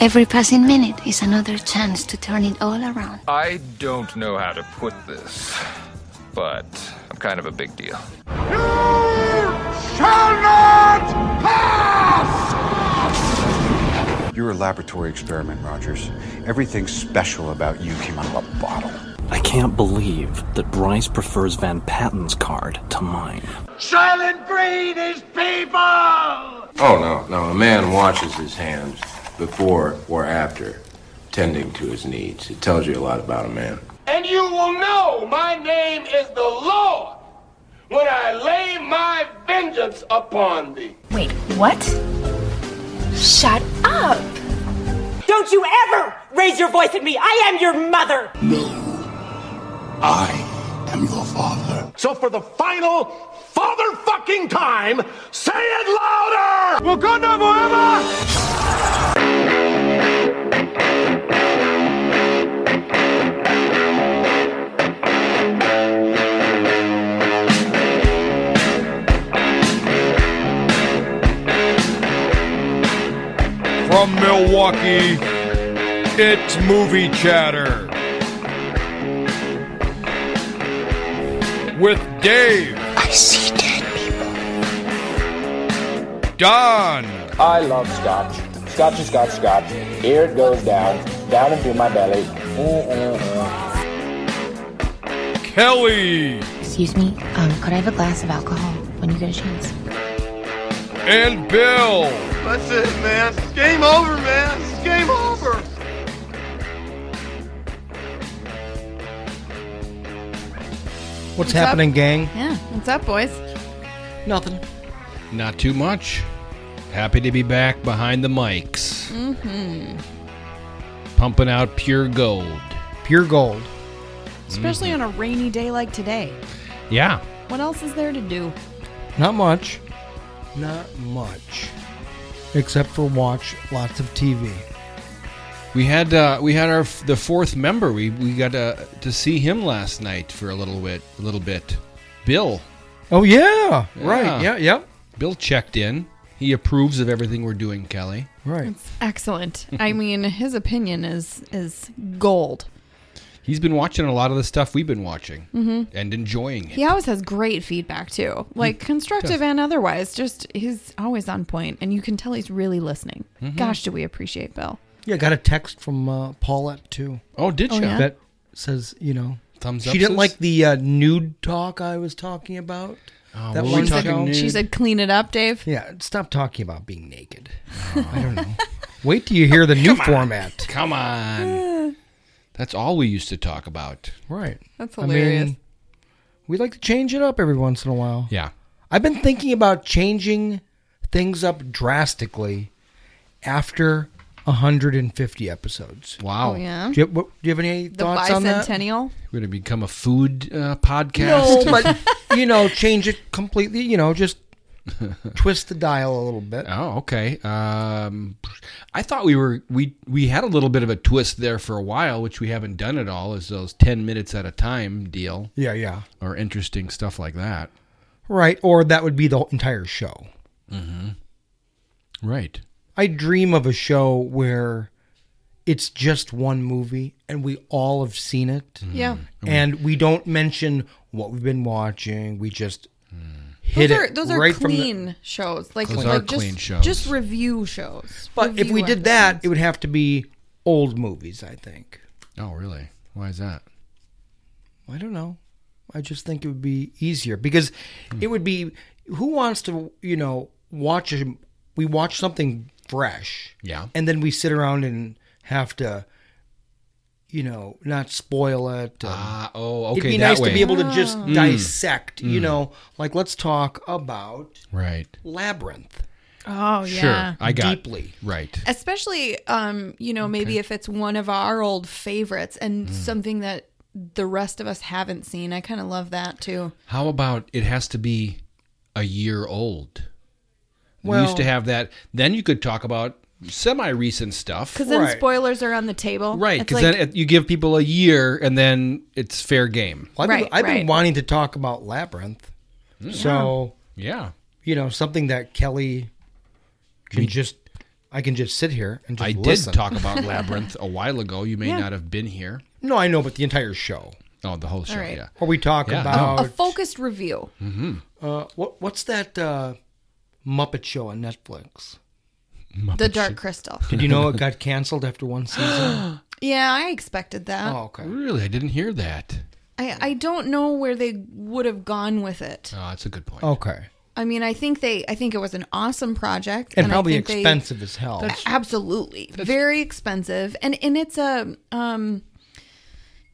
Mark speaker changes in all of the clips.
Speaker 1: Every passing minute is another chance to turn it all around.
Speaker 2: I don't know how to put this, but I'm kind of a big deal.
Speaker 3: You're a laboratory experiment, Rogers. Everything special about you came out of a bottle.
Speaker 4: I can't believe that Bryce prefers Van Patten's card to mine.
Speaker 5: Silent breed is people!
Speaker 6: Oh, no, no. A man washes his hands before or after tending to his needs. It tells you a lot about a man.
Speaker 5: And you will know my name is the Lord when I lay my vengeance upon thee.
Speaker 7: Wait, what? Shut up!
Speaker 8: Don't you ever raise your voice at me! I am your mother!
Speaker 9: I am your father.
Speaker 5: So for the final father fucking time, say it louder! Wakanda forever!
Speaker 10: From Milwaukee, it's Movie Chatter. With Dave.
Speaker 11: I see dead people.
Speaker 10: Don.
Speaker 12: I love scotch. Scotch is scotch, scotch. Here it goes down, down into my belly.
Speaker 10: Kelly.
Speaker 13: Excuse me, um, could I have a glass of alcohol when you get a chance?
Speaker 10: And Bill.
Speaker 14: That's it, man. It's game over, man. It's game over.
Speaker 15: What's, happening, gang?
Speaker 16: Yeah, what's up, boys?
Speaker 15: Nothing.
Speaker 17: Not too much. Happy to be back behind the mics,
Speaker 16: Mm-hmm.
Speaker 17: pumping out pure gold.
Speaker 15: Pure gold.
Speaker 16: Especially on a rainy day like today.
Speaker 17: Yeah.
Speaker 16: What else is there to do?
Speaker 15: Not much. Not much. Except for watch lots of TV.
Speaker 17: We had uh, we had our f- the fourth member. We we got uh, to see him last night for a little bit, a little bit. Bill.
Speaker 15: Oh yeah. Right. Yeah. Yep.
Speaker 17: Bill checked in. He approves of everything we're doing, Kelly.
Speaker 15: Right.
Speaker 16: Excellent. I mean, his opinion is is gold.
Speaker 17: He's been watching a lot of the stuff we've been watching
Speaker 16: Mhm.
Speaker 17: and enjoying it.
Speaker 16: He always has great feedback too, like constructive and otherwise. Just he's always on point, and you can tell he's really listening.
Speaker 17: Mm-hmm.
Speaker 15: Mhm.
Speaker 16: Gosh, do we appreciate Bill?
Speaker 15: Yeah. Got a text from uh, Paulette too.
Speaker 17: Oh, did
Speaker 16: Oh,
Speaker 17: you?
Speaker 16: yeah?
Speaker 15: That says you know.
Speaker 17: Thumbs
Speaker 15: she
Speaker 17: up.
Speaker 15: didn't
Speaker 17: sis?
Speaker 15: like the uh, nude talk I was talking about.
Speaker 17: Oh,
Speaker 15: that
Speaker 17: were we
Speaker 15: one
Speaker 17: talking
Speaker 15: show.
Speaker 17: nude?
Speaker 16: She said, "Clean it up, Dave."
Speaker 15: Yeah, stop talking about being naked. Oh, I don't know. Wait till you hear the new format.
Speaker 17: Come on. That's all we used to talk about.
Speaker 15: Right.
Speaker 16: That's hilarious.
Speaker 15: we like to change it up every once in a while.
Speaker 17: Yeah.
Speaker 15: I've been thinking about changing things up drastically after 150 episodes.
Speaker 17: Wow.
Speaker 16: Oh yeah,
Speaker 15: Do you, what, do you have any
Speaker 16: the
Speaker 15: thoughts on that?
Speaker 16: bicentennial.
Speaker 17: We're gonna become a food uh, podcast.
Speaker 15: No, but you know, change it completely. You know, just twist the dial a little bit.
Speaker 17: Oh, okay. Um, I thought we were we we had a little bit of a twist there for a while, which we haven't done at all. Is those ten minutes at a time deal
Speaker 15: Yeah, yeah.
Speaker 17: or interesting stuff like that?
Speaker 15: Right, or that would be the whole entire show.
Speaker 17: Right.
Speaker 15: I dream of a show where it's just one movie and we all have seen it.
Speaker 16: Yeah,
Speaker 17: Mm.
Speaker 15: And we don't mention what we've been watching. We just hit
Speaker 16: those are
Speaker 15: it
Speaker 16: those are
Speaker 15: right from
Speaker 16: clean
Speaker 15: the.
Speaker 16: shows. Like,
Speaker 17: Those
Speaker 16: like
Speaker 17: are
Speaker 16: just,
Speaker 17: clean shows.
Speaker 16: Just review shows.
Speaker 15: But if
Speaker 16: Review
Speaker 15: we did that,
Speaker 16: episodes.
Speaker 15: it would have to be old movies, I think.
Speaker 17: Oh, really? Why is that?
Speaker 15: I don't know. I just think it would be easier because it would be who wants to, you know, watch a, we watch something fresh.
Speaker 17: Yeah.
Speaker 15: And then we sit around and have to you know, not spoil it. and-
Speaker 17: Ah, oh, okay.
Speaker 15: It'd be
Speaker 17: that
Speaker 15: nice
Speaker 17: way. Mm.
Speaker 15: to be able to just dissect, you know, like let's talk about
Speaker 17: Right.
Speaker 15: Labyrinth
Speaker 16: Oh yeah.
Speaker 17: Sure. I got
Speaker 15: deeply.
Speaker 17: right.
Speaker 16: especially um you know maybe if it's one of our old favorites and
Speaker 17: Mm.
Speaker 16: something that the rest of us haven't seen i kind of love that too
Speaker 17: How about it has to be a year old? we
Speaker 15: Well-
Speaker 17: used to have that. Then you could talk about semi-recent stuff.
Speaker 16: because then
Speaker 15: Right.
Speaker 16: spoilers are on the table
Speaker 17: Right,
Speaker 16: It's
Speaker 17: because
Speaker 16: like-
Speaker 17: then it, you give people a year, and then it's fair game.
Speaker 15: Well, I've, been,
Speaker 16: Right,
Speaker 15: I've
Speaker 16: right. Hmm.
Speaker 15: been wanting to talk about Labyrinth. So,
Speaker 17: Yeah,
Speaker 15: you know, something that Kelly can just I can just sit here and just
Speaker 17: I
Speaker 15: listen.
Speaker 17: did talk about Labyrinth a while ago. You may
Speaker 16: Yeah.
Speaker 17: not have been here.
Speaker 15: No, I know, but the entire show.
Speaker 17: Oh, the whole show.
Speaker 16: right.
Speaker 17: Yeah.
Speaker 15: What we talk
Speaker 17: Yeah, no.
Speaker 15: about?
Speaker 16: A focused review.
Speaker 17: Mm-hmm.
Speaker 15: Uh, what what's that uh, Muppet show on Netflix?
Speaker 16: The Dark Crystal.
Speaker 15: Did you know it got canceled after one season?
Speaker 16: Yeah, I expected that.
Speaker 15: oh, okay.
Speaker 17: Really, I didn't hear that.
Speaker 16: I, I don't know where they would have gone with it.
Speaker 17: Oh, that's a good point.
Speaker 15: Okay.
Speaker 16: I mean, I think they I think it was an awesome project
Speaker 15: And
Speaker 16: I
Speaker 15: probably
Speaker 16: think they-
Speaker 15: expensive as hell. That's-
Speaker 16: absolutely. Very expensive. And and it's a um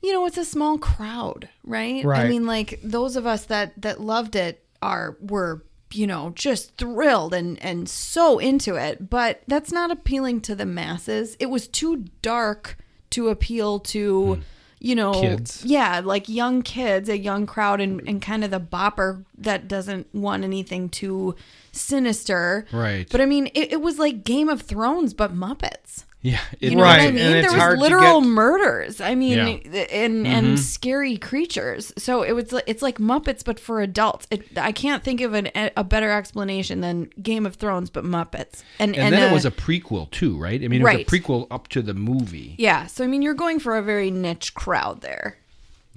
Speaker 16: you know, it's a small crowd, right? I
Speaker 15: Right.
Speaker 16: mean, like those of us that that loved it are were you know just thrilled and and so into it but that's not appealing to the masses it was too dark to appeal to
Speaker 15: Hmm.
Speaker 16: you know
Speaker 17: Kids.
Speaker 16: yeah like young kids a young crowd and, and kind of the bopper that doesn't want anything too sinister
Speaker 17: Right.
Speaker 16: but i mean it, it was like game of thrones but muppets
Speaker 17: Yeah.
Speaker 16: you know what I
Speaker 15: Right,
Speaker 16: mean?
Speaker 15: and it's
Speaker 16: there was
Speaker 15: hard to
Speaker 16: literal
Speaker 15: get-
Speaker 16: murders. I mean,
Speaker 17: Yeah.
Speaker 16: and and
Speaker 17: Mhm.
Speaker 16: scary creatures. So it was li- it's like Muppets, but for adults. It, I can't think of an, a better explanation than Game of Thrones, but Muppets. And
Speaker 17: And, then
Speaker 16: uh,
Speaker 17: it was a prequel too, right? I mean, it
Speaker 16: Right.
Speaker 17: was a prequel up to the movie.
Speaker 16: yeah. So I mean, you're going for a very niche crowd there.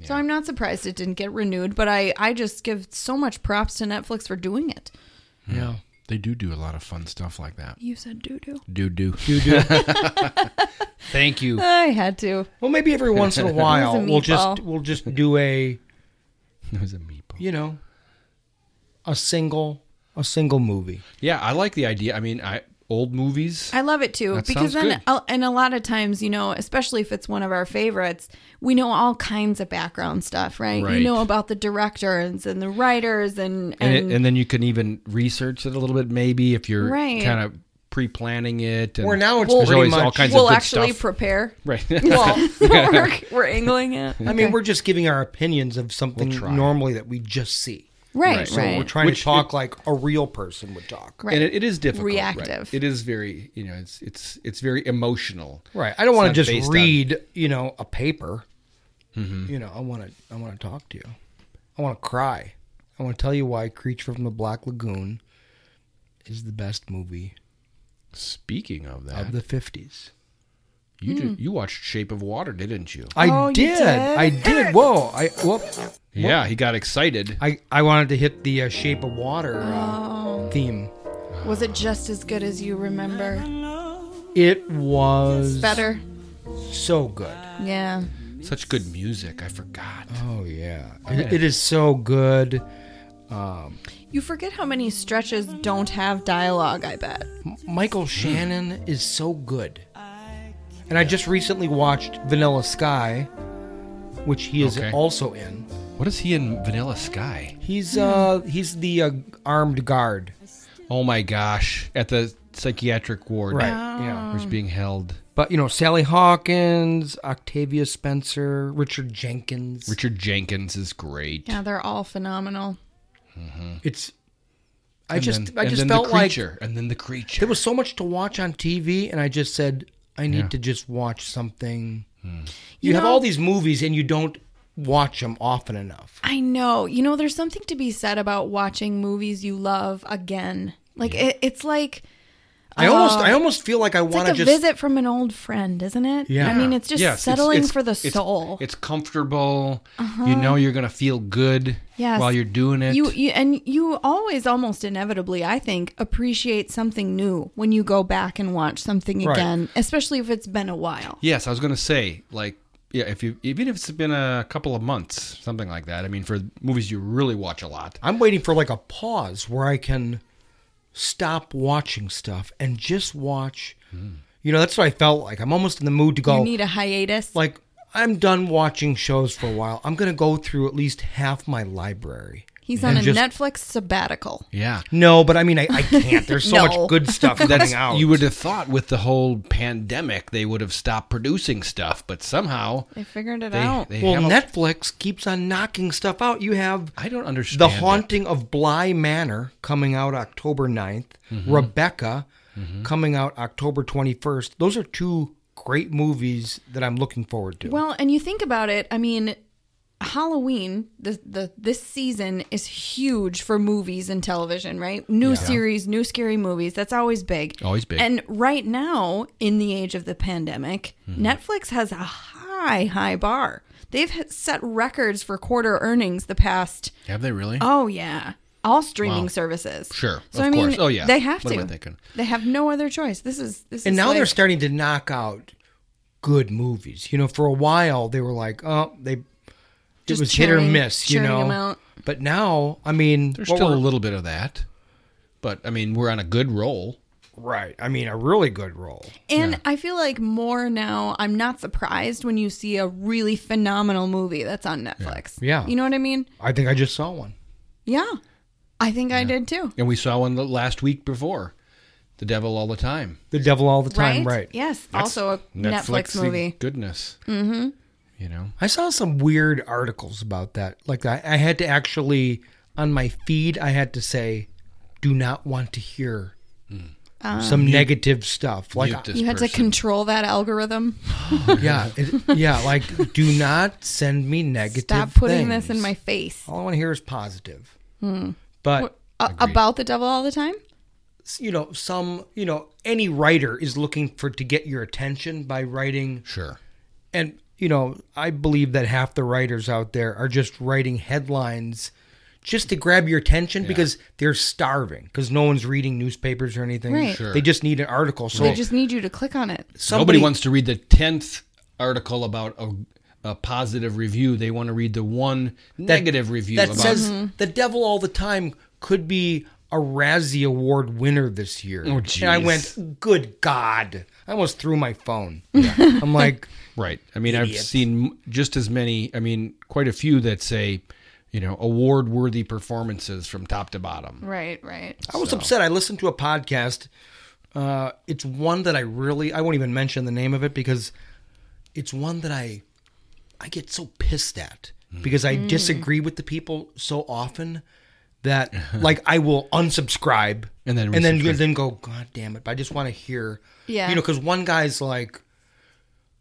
Speaker 16: So I'm not surprised it didn't get renewed, but I I just give so much props to Netflix for doing it.
Speaker 17: Yeah. They do do a lot of fun stuff like that.
Speaker 16: You said doo doo.
Speaker 17: Do do do do. Thank you.
Speaker 16: I had to.
Speaker 15: Well, maybe every once in a
Speaker 16: It
Speaker 15: while
Speaker 16: was a
Speaker 15: we'll just
Speaker 16: meatball.
Speaker 15: we'll just do a
Speaker 17: It was a meatball.
Speaker 15: you know a single a single movie.
Speaker 17: Yeah, I like the idea. I mean, I old movies.
Speaker 16: I love it too
Speaker 17: That sounds
Speaker 16: because then,
Speaker 17: good.
Speaker 16: I'll- and a lot of times, you know, especially if it's one of our favorites, we know all kinds of background stuff, right?
Speaker 17: Right.
Speaker 16: You know about the directors and the writers and
Speaker 17: and,
Speaker 16: and,
Speaker 17: it, and then you can even research it a little bit, maybe if you're
Speaker 16: Right.
Speaker 17: kind of pre-planning it. And
Speaker 15: Or now it's
Speaker 17: there's
Speaker 15: pretty
Speaker 17: always
Speaker 15: much-
Speaker 17: all kinds
Speaker 16: we'll
Speaker 17: of good
Speaker 16: actually
Speaker 17: stuff.
Speaker 16: prepare.
Speaker 17: Right.
Speaker 16: Well, we're, we're angling it.
Speaker 15: I mean,
Speaker 16: Okay.
Speaker 15: we're just giving our opinions of something
Speaker 17: try.
Speaker 15: normally that we just see.
Speaker 16: Right, Right.
Speaker 15: So we're
Speaker 16: right.
Speaker 15: trying
Speaker 17: Which
Speaker 15: to talk
Speaker 17: it-
Speaker 15: like a real person would talk.
Speaker 16: Right.
Speaker 17: And it, it is difficult. right.
Speaker 16: Reactive.
Speaker 17: It is very, you know, it's it's it's very emotional.
Speaker 15: Right. I don't
Speaker 17: It's
Speaker 15: want
Speaker 17: not
Speaker 15: to just
Speaker 17: based Mm-hmm.
Speaker 15: read, you know, a paper. You know, I want to I want to talk to you. I want to cry. I want to tell you why Creature from the Black Lagoon is the best movie
Speaker 17: on- speaking of that,
Speaker 15: of the 50s.
Speaker 17: you did, you watched Shape of Water, didn't you?
Speaker 15: I
Speaker 16: Oh, you
Speaker 15: did.
Speaker 16: did?
Speaker 15: I did. Whoa. I whoop.
Speaker 17: yeah, he got excited.
Speaker 15: I I wanted to hit the uh, Shape of Water uh,
Speaker 16: Oh,
Speaker 15: theme.
Speaker 16: was it just as good as you remember?
Speaker 15: It was
Speaker 16: Better.
Speaker 15: so good.
Speaker 16: Yeah.
Speaker 17: Such good music. I forgot.
Speaker 15: Oh yeah. It, it is so good. Um,
Speaker 16: You forget how many stretches don't have dialogue. I bet.
Speaker 15: M- Michael Shannon is so good. And I just recently watched Vanilla Sky, which he is
Speaker 17: Okay.
Speaker 15: also in.
Speaker 17: What is he in Vanilla Sky?
Speaker 15: He's uh he's the uh, armed guard.
Speaker 17: Oh my gosh, at the psychiatric ward,
Speaker 15: Right. Yeah.
Speaker 17: where he's being held.
Speaker 15: But you know, Sally Hawkins, Octavia Spencer, Richard Jenkins.
Speaker 17: Richard Jenkins is great.
Speaker 16: Yeah, they're all phenomenal.
Speaker 15: It's I
Speaker 17: And
Speaker 15: just
Speaker 17: then-
Speaker 15: I
Speaker 17: and
Speaker 15: just
Speaker 17: then
Speaker 15: felt
Speaker 17: the
Speaker 15: like
Speaker 17: creature, and then the creature.
Speaker 15: there was so much to watch on TV and I just said I need
Speaker 17: Yeah.
Speaker 15: to just watch something. You,
Speaker 16: You
Speaker 15: have
Speaker 16: know-
Speaker 15: all these movies and you don't watch them often enough.
Speaker 16: I know. You know, there's something to be said about watching movies you love again. Like it, it's like
Speaker 15: I almost
Speaker 16: Uh,
Speaker 15: I almost feel like I
Speaker 16: it's
Speaker 15: want
Speaker 16: like
Speaker 15: to
Speaker 16: a
Speaker 15: just
Speaker 16: visit from an old friend, isn't it?
Speaker 15: Yeah.
Speaker 16: I mean, it's just
Speaker 17: Yes, it's-
Speaker 16: settling
Speaker 17: it's-
Speaker 16: for the
Speaker 17: it's-
Speaker 16: soul.
Speaker 17: It's comfortable. You know you're gonna feel good
Speaker 16: Uh-huh. Yes.
Speaker 17: while you're doing it.
Speaker 16: you, you and you always almost inevitably, I think, appreciate something new when you go back and watch something
Speaker 15: Right.
Speaker 16: again, especially if it's been a while.
Speaker 17: yes, I was gonna say like yeah, if you even if it's been a couple of months, something like that. I mean, for movies you really watch a lot.
Speaker 15: I'm waiting for like a pause where I can stop watching stuff and just watch.
Speaker 17: Hmm.
Speaker 15: You know, that's what I felt like. I'm almost in the mood to go.
Speaker 16: You need a hiatus.
Speaker 15: like I'm done watching shows for a while. I'm gonna go through at least half my library.
Speaker 16: He's on
Speaker 15: and
Speaker 16: a
Speaker 15: just-
Speaker 16: Netflix sabbatical.
Speaker 17: Yeah.
Speaker 15: No, but I mean, I, I can't. There's so
Speaker 16: No.
Speaker 15: much good stuff coming out.
Speaker 17: You would have thought with the whole pandemic they would have stopped producing stuff, but somehow
Speaker 16: They figured it
Speaker 17: they,
Speaker 16: out.
Speaker 17: they
Speaker 15: well,
Speaker 17: have a-
Speaker 15: Netflix keeps on knocking stuff out. You have
Speaker 17: I don't understand
Speaker 15: The
Speaker 17: it.
Speaker 15: Haunting of Bly Manor coming out October 9th,
Speaker 17: Mm-hmm.
Speaker 15: Rebecca coming out October 21st. Those are two great movies that I'm looking forward to.
Speaker 16: Well, and you think about it, I mean, Halloween, the, the this season is huge for movies and television, right? New
Speaker 17: Yeah.
Speaker 16: series, new scary movies. That's always big.
Speaker 17: Always big.
Speaker 16: And right now, in the age of the pandemic,
Speaker 17: Mhm.
Speaker 16: Netflix has a high, high bar. They've hit- set records for quarter earnings the past.
Speaker 17: Have they really?
Speaker 16: Oh yeah, all streaming
Speaker 17: Wow.
Speaker 16: services.
Speaker 17: Sure,
Speaker 16: So
Speaker 17: of
Speaker 16: I mean,
Speaker 17: course. Oh yeah,
Speaker 16: they have
Speaker 17: What am I
Speaker 16: to.
Speaker 17: thinking?
Speaker 16: They have no other choice. This is this
Speaker 15: and
Speaker 16: is
Speaker 15: now
Speaker 16: like,
Speaker 15: they're starting to knock out good movies. You know, for a while they were like, oh, they it
Speaker 16: Just
Speaker 15: was hit or
Speaker 16: churning-
Speaker 15: miss. You
Speaker 16: churning
Speaker 15: know,
Speaker 16: them out.
Speaker 15: but now I mean,
Speaker 17: There's
Speaker 15: what
Speaker 17: still a
Speaker 15: we're-
Speaker 17: little bit of that, but I mean, we're on a good roll.
Speaker 15: Right. I mean, a really good roll.
Speaker 16: And I feel like more now, I'm not surprised when you see a really phenomenal movie that's on Netflix.
Speaker 17: Yeah.
Speaker 16: You know what I mean?
Speaker 15: I think I just saw one.
Speaker 16: Yeah. I think I did too.
Speaker 17: And we saw one the last week before, "The Devil All the Time."
Speaker 15: The Devil All the Time, right?
Speaker 16: Yes. also a Netflix,
Speaker 17: Netflixy
Speaker 16: movie.
Speaker 17: Goodness,
Speaker 16: Mm-hmm.
Speaker 17: you know.
Speaker 15: I saw some weird articles about that. Like I, I had to actually on my feed, I had to say, "Do not want to hear
Speaker 16: Um,
Speaker 15: some
Speaker 16: Mute-
Speaker 15: negative stuff." Like,
Speaker 17: mute this
Speaker 16: You had to control that algorithm.
Speaker 15: yeah, it, yeah, like do not send me negative.
Speaker 16: Stop putting
Speaker 15: things.
Speaker 16: this in my face.
Speaker 15: All I want to hear is positive.
Speaker 16: Hmm.
Speaker 15: But
Speaker 16: A- about the devil all the time?
Speaker 15: you know, some you know, any writer is looking for to get your attention by writing.
Speaker 17: Sure.
Speaker 15: And you know, I believe that half the writers out there are just writing headlines just to grab your attention because they're starving because no one's reading newspapers or anything.
Speaker 16: Right. Sure.
Speaker 15: They just need an article. So
Speaker 16: They just need you to click on it.
Speaker 17: Nobody wants to read the tenth article about a, a positive review. They want to read the one negative review
Speaker 15: that
Speaker 17: about
Speaker 15: says the devil all the time could be a Razzie Award winner this year. And
Speaker 17: Oh,
Speaker 15: I
Speaker 17: jeez.
Speaker 15: went, good God. I almost threw my phone. I'm like,
Speaker 17: Right. I mean, I've
Speaker 15: Idiot.
Speaker 17: seen just as many, I mean, quite a few that say, you know, award worthy performances from top to bottom.
Speaker 16: Right, right.
Speaker 15: I was upset. I listened to a podcast. Uh, it's one that I really I won't even mention the name of it because it's one that I I get so pissed at because I
Speaker 17: Mm.
Speaker 15: disagree with the people so often that like I will unsubscribe
Speaker 17: And then
Speaker 15: and then
Speaker 17: resubscribe.
Speaker 15: then go god damn it. But I just want to hear
Speaker 17: Yeah.
Speaker 15: you know because one guy's like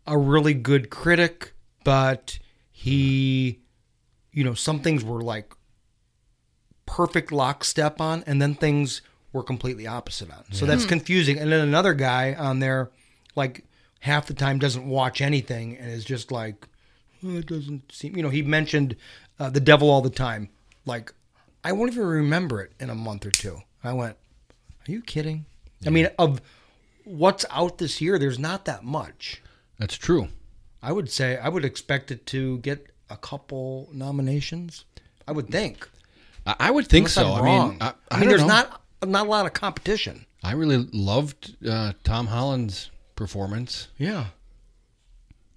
Speaker 15: a really good critic, but he you know some things were like perfect lockstep on, and then things were completely opposite on. So
Speaker 17: Yeah.
Speaker 15: that's
Speaker 17: Hmm.
Speaker 15: confusing. And then another guy on there, like half the time, doesn't watch anything and is just like, "Oh, it doesn't seem. You know, he mentioned uh, the devil all the time. Like, I won't even remember it in a month or two. I went, are you kidding? I mean, of what's out this year, there's not that much.
Speaker 17: That's true.
Speaker 15: I would say I would expect it to get a couple nominations. I would think.
Speaker 17: I, I would think
Speaker 15: Unless
Speaker 17: so.
Speaker 15: I'm
Speaker 17: I mean,
Speaker 15: wrong.
Speaker 17: I, I,
Speaker 15: I mean,
Speaker 17: don't
Speaker 15: there's
Speaker 17: know.
Speaker 15: not not a lot of competition.
Speaker 17: I really loved uh, Tom Holland's performance.
Speaker 15: Yeah.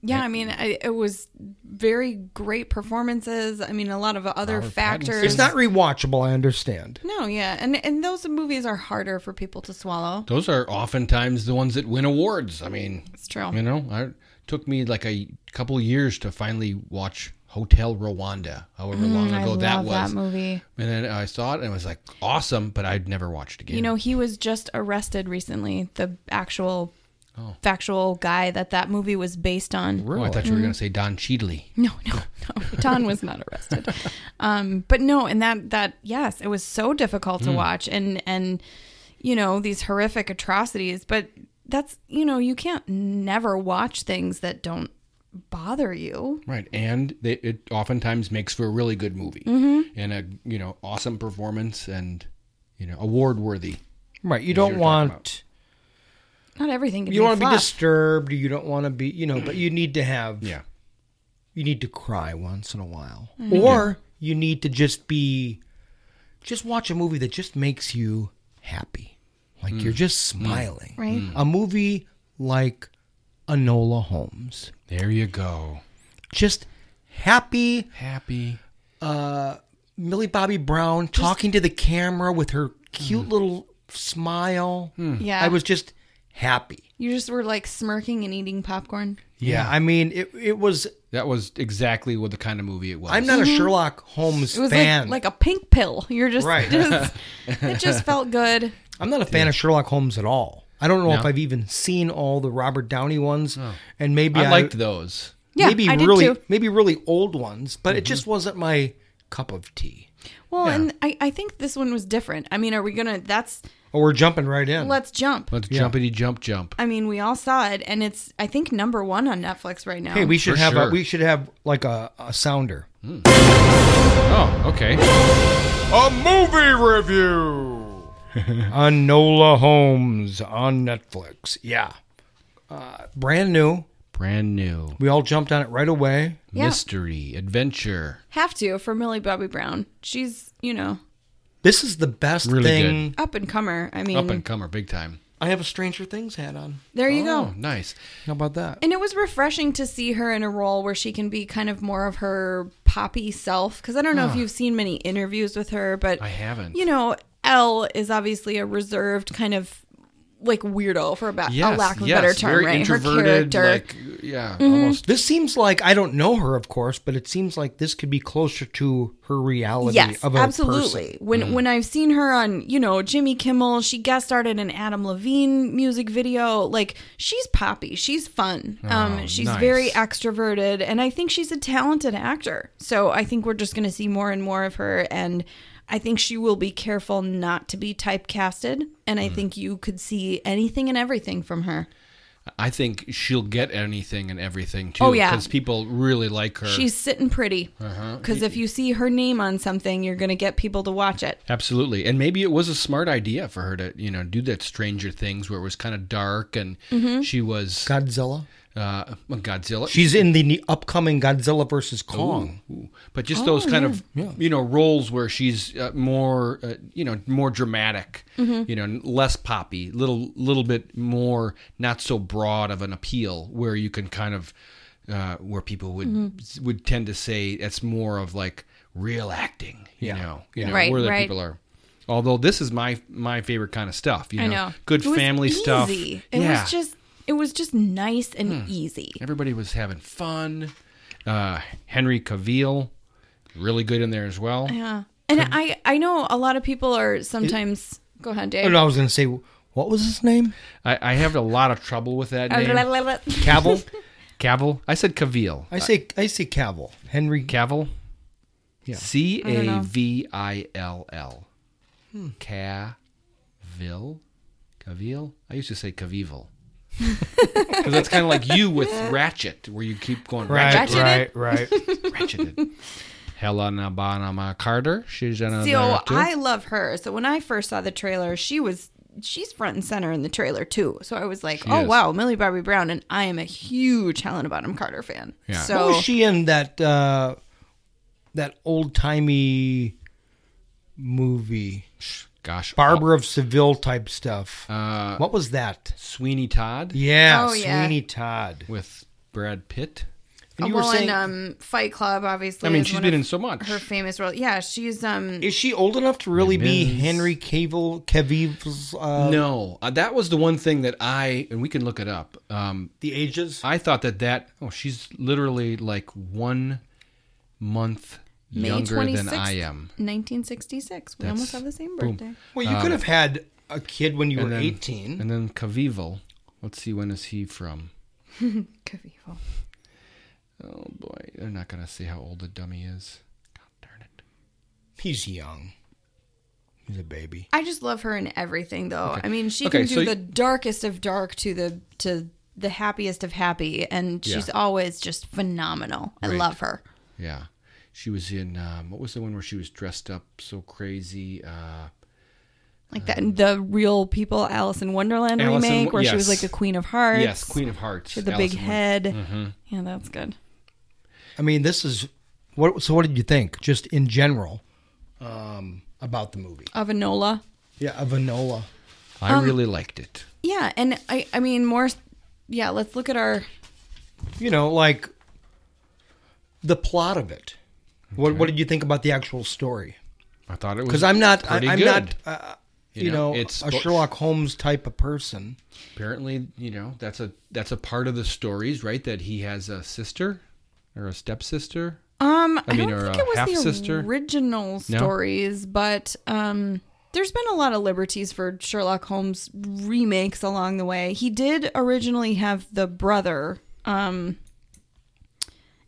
Speaker 16: Yeah, I mean, I, it was very great performances. I mean, a lot of other
Speaker 15: Robert Pattinson.
Speaker 16: factors.
Speaker 15: It's not rewatchable. I understand.
Speaker 16: No, yeah, and and those movies are harder for people to swallow.
Speaker 17: Those are oftentimes the ones that win awards. I mean,
Speaker 16: It's true.
Speaker 17: You know, I, it took me like a couple years to finally watch Hotel Rwanda, however long
Speaker 16: Mm, I
Speaker 17: ago that
Speaker 16: love
Speaker 17: was.
Speaker 16: that movie.
Speaker 17: And then I saw it and it was like awesome, but I'd never watched again.
Speaker 16: You know, he was just arrested recently. The actual,
Speaker 17: Oh.
Speaker 16: factual guy that that movie was based on.
Speaker 17: Oh, I thought you were
Speaker 16: Mhm.
Speaker 17: going to say Don Cheadley.
Speaker 16: No, no, no. Don was not arrested. Um, but no, and that that yes, it was so difficult to
Speaker 17: Mm.
Speaker 16: watch, and and you know these horrific atrocities. But that's you know you can't never watch things that don't bother you.
Speaker 17: Right, and they, it oftentimes makes for a really good movie
Speaker 16: Mhm.
Speaker 17: and a you know awesome performance and you know award worthy.
Speaker 15: Right. You don't want
Speaker 16: Not everything. Can
Speaker 15: you don't want to
Speaker 16: flop.
Speaker 15: be disturbed. You don't want to be you know, but you need to have
Speaker 17: yeah.
Speaker 15: You need to cry once in a while,
Speaker 16: Mhm.
Speaker 15: or you need to just be just watch a movie that just makes you happy, like you're
Speaker 17: Mm.
Speaker 15: just smiling.
Speaker 16: Right. Mm.
Speaker 15: A movie like Anola Holmes.
Speaker 17: There you go.
Speaker 15: Just happy,
Speaker 17: happy.
Speaker 15: Uh, Millie Bobby Brown talking to the camera with her cute little smile.
Speaker 16: Yeah.
Speaker 15: I was just happy.
Speaker 16: You just were like smirking and eating popcorn.
Speaker 15: Yeah, I mean, it it was
Speaker 17: that was exactly what the kind of movie it was.
Speaker 15: I'm not a Sherlock Holmes
Speaker 16: Mm-hmm. It was
Speaker 15: fan.
Speaker 16: like, like a pink pill. You're just,
Speaker 15: Right.
Speaker 16: just it just felt good.
Speaker 15: I'm not a fan of Sherlock Holmes at all. I don't know
Speaker 17: No?
Speaker 15: if I've even seen all the Robert Downey ones, and maybe
Speaker 17: Oh. I
Speaker 15: I,
Speaker 17: liked those.
Speaker 16: Yeah,
Speaker 15: maybe
Speaker 16: I did
Speaker 15: really,
Speaker 16: too.
Speaker 15: maybe really old ones, but
Speaker 17: Mm-hmm.
Speaker 15: it just wasn't my cup of tea.
Speaker 16: Well,
Speaker 15: Yeah.
Speaker 16: and I, I think this one was different. I mean, are we gonna? That's
Speaker 15: Oh, we're jumping right in.
Speaker 16: let's jump.
Speaker 17: Let's
Speaker 15: Yeah.
Speaker 17: jumpity jump jump.
Speaker 16: I mean, we all saw it, and it's I think number one on Netflix right now.
Speaker 15: Hey, we should
Speaker 17: For
Speaker 15: have a,
Speaker 17: sure.
Speaker 15: we should have like a, a sounder.
Speaker 17: Oh, okay.
Speaker 10: A movie review.
Speaker 15: on Nola Holmes on Netflix. Yeah. Uh, brand new.
Speaker 17: Brand new.
Speaker 15: We all jumped on it right away.
Speaker 16: Yeah.
Speaker 17: Mystery, adventure.
Speaker 16: have to for Millie Bobby Brown. She's you know
Speaker 15: This is the best
Speaker 17: Really
Speaker 15: thing.
Speaker 16: up and comer. I mean,
Speaker 17: Up and comer, big time.
Speaker 15: I have a Stranger Things hat on.
Speaker 16: Mm-hmm. there you
Speaker 17: oh,
Speaker 16: go.
Speaker 17: Nice.
Speaker 15: How about that?
Speaker 16: And it was refreshing to see her in a role where she can be kind of more of her poppy self. Because I don't know if
Speaker 17: Ah.
Speaker 16: you've seen many interviews with her, but
Speaker 17: I haven't.
Speaker 16: You know, Elle is obviously a reserved kind of like weirdo for about a
Speaker 17: Yes,
Speaker 16: lack of a
Speaker 17: yes,
Speaker 16: better term,
Speaker 17: very
Speaker 16: right?
Speaker 17: introverted,
Speaker 16: her character.
Speaker 17: like, yeah,
Speaker 16: Mhm.
Speaker 17: almost.
Speaker 15: This seems like I don't know her, of course, but it seems like this could be closer to her reality.
Speaker 16: Yes,
Speaker 15: of a
Speaker 16: absolutely.
Speaker 15: person.
Speaker 16: When when I've seen her on, you know, Jimmy Kimmel, she guest starred in an Adam Levine music video. Like she's poppy, she's fun.
Speaker 17: Oh,
Speaker 16: um, she's
Speaker 17: nice.
Speaker 16: very extroverted, and I think she's a talented actor. So I think we're just going to see more and more of her, and I think she will be careful not to be typecasted. And I think you could see anything and everything from her.
Speaker 17: I think she'll get anything and everything too.
Speaker 16: Oh, yeah.
Speaker 17: because people really like her.
Speaker 16: She's sitting pretty.
Speaker 17: Uh-huh.
Speaker 16: Because if you see her name on something, you're going to get people to watch it.
Speaker 17: Absolutely. And maybe it was a smart idea for her to, you know, do that Stranger Things where it was kind of dark and
Speaker 16: Mhm.
Speaker 17: she was
Speaker 15: Godzilla.
Speaker 17: uh, well, Godzilla.
Speaker 15: She's in the ne- upcoming Godzilla versus
Speaker 17: Ooh,
Speaker 15: Kong.
Speaker 17: ooh. But just
Speaker 15: Oh,
Speaker 17: those kind
Speaker 15: yeah.
Speaker 17: of,
Speaker 15: Yeah.
Speaker 17: you know, roles where she's uh, more, uh, you know, more dramatic,
Speaker 16: Mm-hmm.
Speaker 15: Mhm.
Speaker 17: you know, n- less poppy, little, little bit more, not so broad of an appeal where you can kind of, uh, where people would
Speaker 16: Mhm.
Speaker 17: would tend to say it's more of like real acting, you know, you
Speaker 16: Yeah.
Speaker 17: know,
Speaker 16: Right,
Speaker 17: where the
Speaker 16: right.
Speaker 17: people are. Although this is my my favorite kind of stuff, you know,
Speaker 16: I know.
Speaker 17: good
Speaker 16: It was
Speaker 17: family
Speaker 16: easy.
Speaker 17: stuff.
Speaker 16: It
Speaker 17: yeah,
Speaker 16: was just it was just nice and
Speaker 17: Hmm.
Speaker 16: easy.
Speaker 17: everybody was having fun. Uh, Henry Cavill, really good in there as well.
Speaker 16: Yeah. And I I know a lot of people are sometimes go ahead, Dave.
Speaker 15: Oh, no, I was going to say, what was his name?
Speaker 17: I, I have a lot of trouble with that
Speaker 16: Uh,
Speaker 17: name.
Speaker 16: blah, blah, blah.
Speaker 15: Cavill.
Speaker 17: Cavill. I said Cavill.
Speaker 15: I say I say Cavill. Henry
Speaker 17: Cavill.
Speaker 15: Yeah.
Speaker 17: C
Speaker 16: I don't know.
Speaker 17: A V I L L.
Speaker 16: Hmm.
Speaker 17: Cavill. Cavill. I used to say Cavivel. Because that's kind of like you with Ratchet, where you keep going
Speaker 15: Right,
Speaker 17: Ratchet.
Speaker 15: right, right.
Speaker 17: Ratcheted. Helena Bonham Carter. She's another.
Speaker 16: So
Speaker 17: too.
Speaker 16: oh, I love her. So when I first saw the trailer, she was she's front and center in the trailer too. So I was like,
Speaker 15: She
Speaker 16: "Oh
Speaker 15: is.
Speaker 16: wow, Millie Bobby Brown and I am a huge Helena Bonham Carter fan."
Speaker 15: What
Speaker 17: Oh,
Speaker 16: So
Speaker 15: was she in that uh, that old timey movie?
Speaker 17: Gosh,
Speaker 15: Barbara of Seville type stuff.
Speaker 17: Uh,
Speaker 15: what was that?
Speaker 17: Sweeney Todd.
Speaker 15: Yeah,
Speaker 16: Oh, yeah.
Speaker 15: Sweeney Todd
Speaker 17: with Brad Pitt.
Speaker 15: And you
Speaker 16: well,
Speaker 15: were saying,
Speaker 16: in um, Fight Club, obviously.
Speaker 17: I mean,
Speaker 16: is
Speaker 17: she's
Speaker 16: one
Speaker 17: been
Speaker 16: of
Speaker 17: in so much.
Speaker 16: Her famous role, yeah. She's um.
Speaker 15: is she old enough to really be
Speaker 17: Mims.
Speaker 15: Henry Cavill? Cavill's uh,
Speaker 17: no, uh, that was the one thing that I and we can look it up. Um,
Speaker 15: the ages.
Speaker 17: I thought that that oh, she's literally like one month
Speaker 16: May
Speaker 17: younger
Speaker 16: 26th,
Speaker 17: than I am.
Speaker 16: 1966. We
Speaker 17: That's-
Speaker 16: almost have the same
Speaker 17: boom.
Speaker 16: birthday.
Speaker 15: Well, you
Speaker 17: Um,
Speaker 15: could have had a kid when you
Speaker 17: and
Speaker 15: were
Speaker 17: then-
Speaker 15: eighteen.
Speaker 17: And then Kavivel. Let's see, when is he from?
Speaker 16: Cavill.
Speaker 17: Oh boy, they're not gonna see how old the dummy is.
Speaker 15: He's young. He's a baby.
Speaker 16: I just love her in everything, though.
Speaker 17: Okay.
Speaker 16: I mean, she
Speaker 17: Okay,
Speaker 16: can do
Speaker 17: so-
Speaker 16: the darkest of dark to the to the happiest of happy, and she's
Speaker 17: Yeah.
Speaker 16: always just phenomenal. I
Speaker 17: Right.
Speaker 16: love her.
Speaker 17: Yeah, she was in um, what was the one where she was dressed up so crazy? Uh,
Speaker 16: Like that, the real people Alice in Wonderland
Speaker 17: Alice in
Speaker 16: remake,
Speaker 17: Wo-
Speaker 16: where she was
Speaker 17: yes.
Speaker 16: like a Queen of Hearts.
Speaker 17: Yes, Queen of Hearts,
Speaker 16: She had the
Speaker 17: Alice
Speaker 16: big
Speaker 17: in Won-
Speaker 16: head.
Speaker 17: Mhm.
Speaker 16: Yeah, that's good.
Speaker 15: I mean, this is what. So, what did you think, just in general, um, about the movie?
Speaker 16: Avanola.
Speaker 15: Yeah, a Vanola.
Speaker 17: I
Speaker 16: Um,
Speaker 17: really liked it.
Speaker 16: Yeah, and I, I mean, more. Yeah, let's look at our
Speaker 15: You know, like the plot of it. What What did you think about the actual story?
Speaker 17: I thought it was
Speaker 15: Because I'm not. I,
Speaker 17: pretty
Speaker 15: am
Speaker 17: good.
Speaker 15: not. Uh, you, know,
Speaker 17: it's
Speaker 15: a Sherlock Holmes type of person.
Speaker 17: apparently you know that's a that's a part of the stories, right? That he has a sister or a stepsister.
Speaker 16: Um,
Speaker 17: I
Speaker 16: I,
Speaker 17: mean,
Speaker 16: don't
Speaker 17: or
Speaker 16: think
Speaker 17: a
Speaker 16: it was
Speaker 17: half-sister?
Speaker 16: the original
Speaker 17: No?
Speaker 16: stories, but um, there's been a lot of liberties for Sherlock Holmes remakes along the way. He did originally have the brother. Um,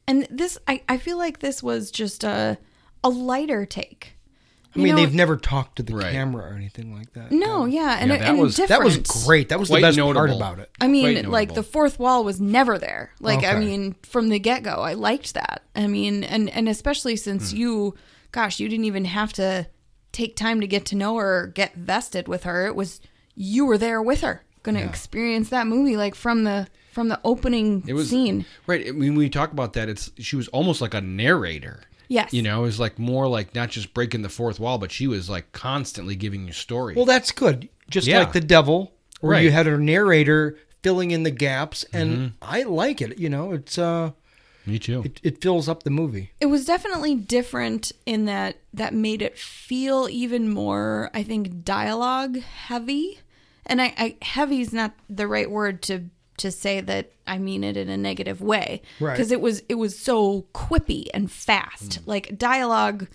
Speaker 16: And this, I, I feel like this was just a a lighter take.
Speaker 15: I
Speaker 16: You
Speaker 15: mean,
Speaker 16: know,
Speaker 15: they've never talked to the camera or anything like that. Um,
Speaker 16: No, yeah, and, and different.
Speaker 15: that was great. That was the
Speaker 17: Quite
Speaker 15: best part
Speaker 17: notable.
Speaker 15: about it.
Speaker 16: I
Speaker 17: Quite
Speaker 16: mean,
Speaker 17: notable.
Speaker 16: like the fourth wall was never there. Like I
Speaker 17: Okay.
Speaker 16: mean, from the get go, I liked that. I mean, and and especially since
Speaker 17: Hmm.
Speaker 16: you, gosh, you didn't even have to take time to get to know her, or get vested with her. It was you were there with her, gonna experience that movie like from the from the opening
Speaker 17: It was
Speaker 16: scene.
Speaker 17: right. I mean, when we talk about that, it's she was almost like a narrator.
Speaker 16: Yes.
Speaker 17: you know, it was like more like not just breaking the fourth wall, but she was like constantly giving you story.
Speaker 15: Well, that's good. Just
Speaker 17: Yeah.
Speaker 15: like the devil, where you
Speaker 17: Right. Mm-hmm.
Speaker 15: had a narrator filling in the gaps, and I like it. You know, it's uh,
Speaker 17: me too.
Speaker 15: It, it fills up the movie.
Speaker 16: It was definitely different in that that made it feel even more, I think, dialogue heavy. And I, I heavy is not the right word to to say that I mean it in a negative way,
Speaker 18: Right.
Speaker 16: Because it was it was so quippy and fast,
Speaker 17: Mm.
Speaker 16: like dialogue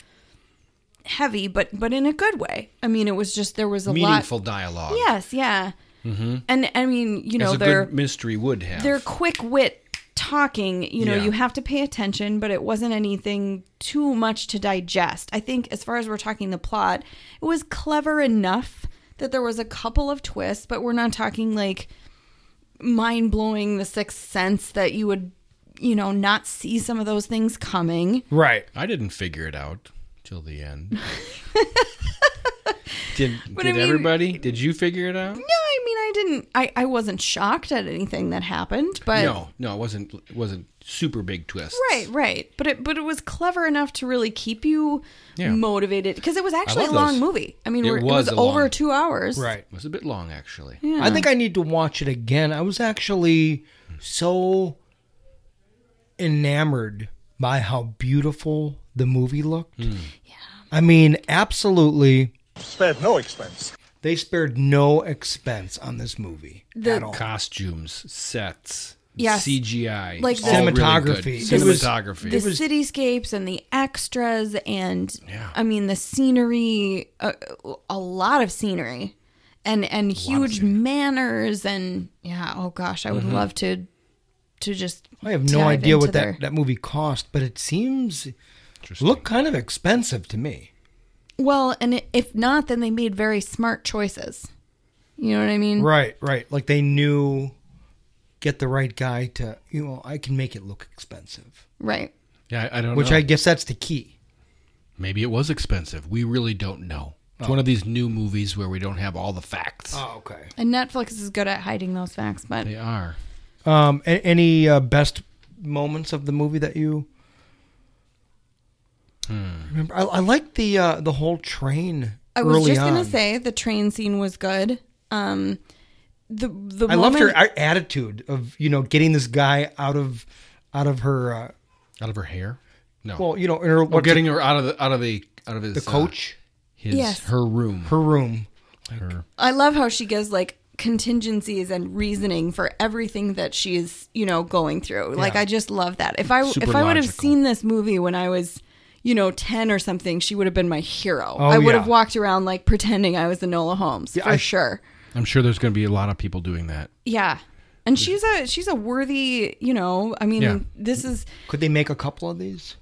Speaker 16: heavy, but but in a good way. I mean, it was just there was a
Speaker 17: meaningful
Speaker 16: lot.
Speaker 17: dialogue.
Speaker 16: Yes, yeah,
Speaker 17: Mm-hmm.
Speaker 16: and I mean, you
Speaker 17: As
Speaker 16: know,
Speaker 17: a
Speaker 16: they're
Speaker 17: good mystery would have.
Speaker 16: they're quick wit talking you know
Speaker 17: Yeah.
Speaker 16: you have to pay attention but it wasn't anything too much to digest i think as far as we're talking the plot it was clever enough that there was a couple of twists but we're not talking like mind-blowing the sixth sense that you would you know not see some of those things coming
Speaker 15: Right.
Speaker 17: I didn't figure it out till the end. did
Speaker 16: But
Speaker 17: did
Speaker 16: I mean-
Speaker 17: everybody? Did you figure it out?
Speaker 16: no i mean i didn't i i wasn't shocked at anything that happened but
Speaker 17: no, no, it wasn't. It wasn't super big twist.
Speaker 16: Right, right. But it but it was clever enough to really keep you
Speaker 17: Yeah.
Speaker 16: motivated because it was actually a
Speaker 17: love
Speaker 16: long
Speaker 17: those.
Speaker 16: movie. I mean,
Speaker 17: It
Speaker 16: we're- it
Speaker 17: was
Speaker 16: was,
Speaker 17: a long-
Speaker 16: over 2 hours.
Speaker 17: It was a bit long actually.
Speaker 16: Yeah.
Speaker 15: I think I need to watch it again. I was actually so enamored by how beautiful the movie looked. Yeah. I mean, absolutely.
Speaker 19: Spared no expense.
Speaker 15: They spared no expense on this movie
Speaker 16: The-
Speaker 15: at all.
Speaker 17: Costumes, sets,
Speaker 16: Yes.
Speaker 17: CGI,
Speaker 16: Like the-
Speaker 17: all really good.
Speaker 15: Cinematography. It was-
Speaker 17: cinematography.
Speaker 16: The cityscapes and the extras and I mean the scenery a, a lot of scenery and and huge manners and yeah, oh gosh, I would
Speaker 17: Mm-hmm.
Speaker 15: Mhm.
Speaker 16: love to to just
Speaker 15: I have no
Speaker 16: dive
Speaker 15: idea what
Speaker 16: into
Speaker 15: that,
Speaker 16: their-
Speaker 15: that movie cost, but it seems look kind of expensive to me.
Speaker 16: Well, and i- if not then they made very smart choices. You know what I mean?
Speaker 15: Right, right. Like they knew get the right guy to you know, I can make it look expensive.
Speaker 16: Right.
Speaker 17: Yeah, I, I don't
Speaker 15: Which
Speaker 17: know.
Speaker 15: I guess that's the key.
Speaker 17: Maybe it was expensive. We really don't know. It's
Speaker 15: Oh.
Speaker 17: one of these new movies where we don't have all the facts.
Speaker 15: Oh, okay.
Speaker 16: And Netflix is good at hiding those facts, but
Speaker 17: They are.
Speaker 15: Um a- any uh, best moments of the movie that you
Speaker 17: Hmm.
Speaker 15: remember? I, I like the uh, the whole train
Speaker 16: I was
Speaker 15: early
Speaker 16: just
Speaker 15: on.
Speaker 16: gonna say the train scene was good. Um, the the
Speaker 15: I loved her
Speaker 16: moment-
Speaker 15: a- attitude of you know getting this guy out of out of her uh,
Speaker 17: Out of her hair? No.
Speaker 15: Well, you know, in her-
Speaker 17: Oh,
Speaker 15: what's
Speaker 17: getting
Speaker 15: it-
Speaker 17: her out of the out of the out of his
Speaker 15: The
Speaker 17: uh,
Speaker 15: coach?
Speaker 17: his
Speaker 16: Yes.
Speaker 17: her room.
Speaker 15: Her room.
Speaker 17: Her.
Speaker 16: I love how she gives like contingencies and reasoning for everything that she's you know going through. Like
Speaker 18: Yeah.
Speaker 16: I just love that. If I
Speaker 18: Super
Speaker 16: if I would have
Speaker 18: logical.
Speaker 16: seen this movie when I was you know ten or something, she would have been my hero.
Speaker 17: Oh,
Speaker 16: I would
Speaker 17: yeah.
Speaker 16: have walked around like pretending I was Enola Holmes for
Speaker 17: I-
Speaker 16: sure.
Speaker 17: I'm sure there's going to be a lot of people doing that.
Speaker 16: Yeah. And she's a she's a worthy, you know, I mean,
Speaker 17: Yeah.
Speaker 16: this is
Speaker 15: Could they make a couple of these?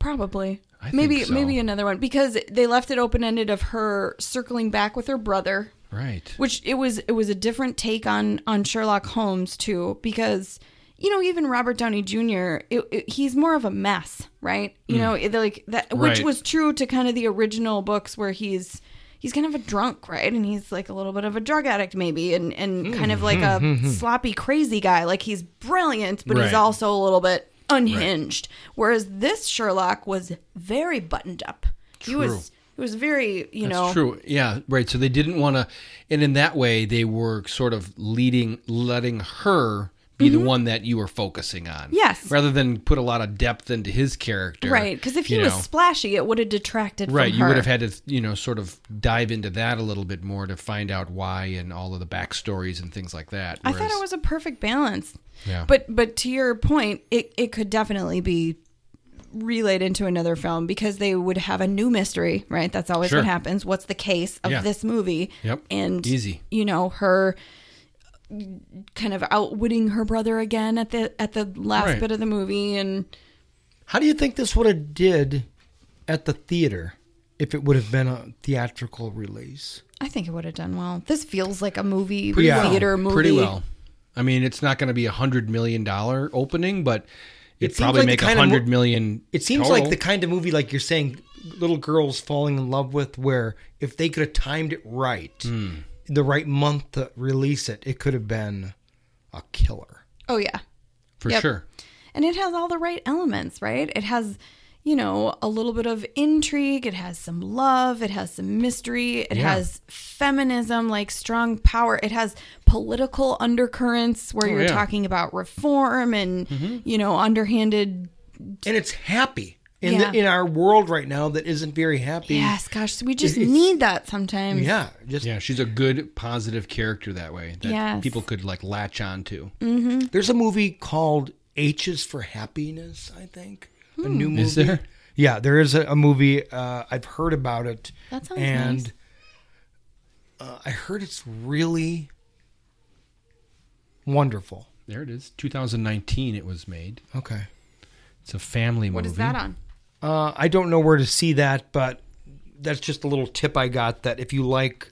Speaker 16: Probably.
Speaker 15: I think
Speaker 16: maybe
Speaker 15: so.
Speaker 16: maybe another one because they left it open ended of her circling back with her brother.
Speaker 17: Right.
Speaker 16: Which it was it was a different take on on Sherlock Holmes too because you know even Robert Downey Jr. It, it- he's more of a mess, right? You
Speaker 18: Mm.
Speaker 16: know, it, like that which
Speaker 18: Right.
Speaker 16: was true to kind of the original books where he's he's kind of a drunk, right? And he's like a little bit of a drug addict maybe and and kind of like a
Speaker 18: Mhm, mhm.
Speaker 16: sloppy crazy guy. Like he's brilliant, but he's
Speaker 18: Right.
Speaker 16: also also a little bit unhinged. Whereas this Sherlock was very buttoned up. He was
Speaker 17: True.
Speaker 16: he was very, you
Speaker 17: That's
Speaker 16: know,
Speaker 17: true. Yeah, right. So they didn't want to, and in that way, they were sort of leading, letting her be the one that you were focusing on.
Speaker 16: Mm-hmm. Yes.
Speaker 17: Rather than put a lot of depth into his character.
Speaker 16: right, because if he
Speaker 17: you
Speaker 16: was
Speaker 17: know.
Speaker 16: splashy, it would have detracted
Speaker 17: right,
Speaker 16: from
Speaker 17: you
Speaker 16: her.
Speaker 17: would have had to, you know, sort of dive into that a little bit more to find out why and all of the backstories and things like that.
Speaker 16: I thought it was a perfect balance.
Speaker 17: Yeah.
Speaker 16: But but to your point, it it could definitely be relayed into another film because they would have a new mystery, right? That's always
Speaker 17: Sure.
Speaker 16: what happens. What's the case of
Speaker 17: Yeah.
Speaker 16: this movie?
Speaker 17: Yep.
Speaker 16: And
Speaker 17: Easy.
Speaker 16: you know, her kind of outwitting her brother again at the at the last
Speaker 17: Right.
Speaker 16: bit of the movie and
Speaker 15: How do you think this would have did at the theater if it would have been a theatrical release?
Speaker 16: I think it would have done well. This feels like a movie, theater movie.
Speaker 17: Pretty well. I mean, it's not going to be a hundred million dollar opening, but it
Speaker 15: seems
Speaker 17: probably
Speaker 15: like the
Speaker 17: make a
Speaker 15: kind of
Speaker 17: hundred
Speaker 15: mo-
Speaker 17: million.
Speaker 15: It seems
Speaker 17: total.
Speaker 15: like the kind of movie, like you're saying, little girls falling in love with, where if they could have timed it right,
Speaker 17: Mm.
Speaker 15: the right month to release it, it could have been a killer.
Speaker 16: Oh yeah.
Speaker 17: For
Speaker 16: Yep.
Speaker 17: sure.
Speaker 16: And it has all the right elements, right? It has, you know, a little bit of intrigue, it has some love, it has some mystery, it
Speaker 17: Yeah.
Speaker 16: has feminism, like strong power, it has political undercurrents where
Speaker 15: Oh,
Speaker 16: you're
Speaker 15: yeah. Mm-hmm.
Speaker 16: talking about reform and, you know, underhanded.
Speaker 15: And it's happy in
Speaker 16: Yeah.
Speaker 15: the, in our world right now that isn't very happy.
Speaker 16: Yes, gosh, we just
Speaker 15: It- it's-
Speaker 16: need that sometimes.
Speaker 15: Yeah, just
Speaker 17: yeah. She's a good, positive character that way that
Speaker 16: Yes.
Speaker 17: people could like latch on to.
Speaker 16: Mm-hmm.
Speaker 15: There's a movie called H's for Happiness, I think. A
Speaker 16: Hmm.
Speaker 15: new movie.
Speaker 17: Is there?
Speaker 15: Yeah, there is a, a movie. Uh, I've heard about it.
Speaker 16: That sounds
Speaker 15: And
Speaker 16: nice.
Speaker 15: uh, I heard it's really wonderful.
Speaker 17: There it is. 2019. It was made.
Speaker 15: Okay.
Speaker 17: It's a family
Speaker 16: What
Speaker 17: movie.
Speaker 16: is
Speaker 15: Mm-hmm.
Speaker 16: that on?
Speaker 15: Uh, I don't know where to see that, but that's just a little tip I got that if you like.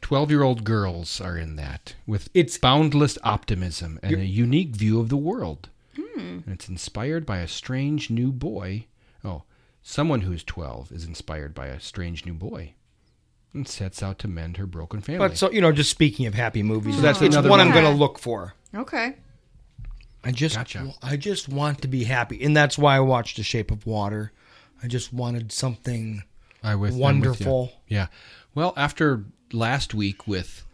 Speaker 17: 12 year old girls are in that with its boundless optimism and a unique view of the world.
Speaker 16: Hmm.
Speaker 17: And it's inspired by a strange new boy. Oh, someone who is 12 is inspired by a strange new boy and sets out to mend her broken family.
Speaker 15: But so, you know, just speaking of happy movies,
Speaker 17: So that's
Speaker 15: it's
Speaker 17: another
Speaker 15: one I'm
Speaker 17: one.
Speaker 15: going to look for.
Speaker 16: Okay.
Speaker 15: I just I just want to be happy, and that's why I watched The Shape of Water. I just wanted something
Speaker 17: I with I'm with you.
Speaker 15: wonderful.
Speaker 17: yeah. Well, after last week with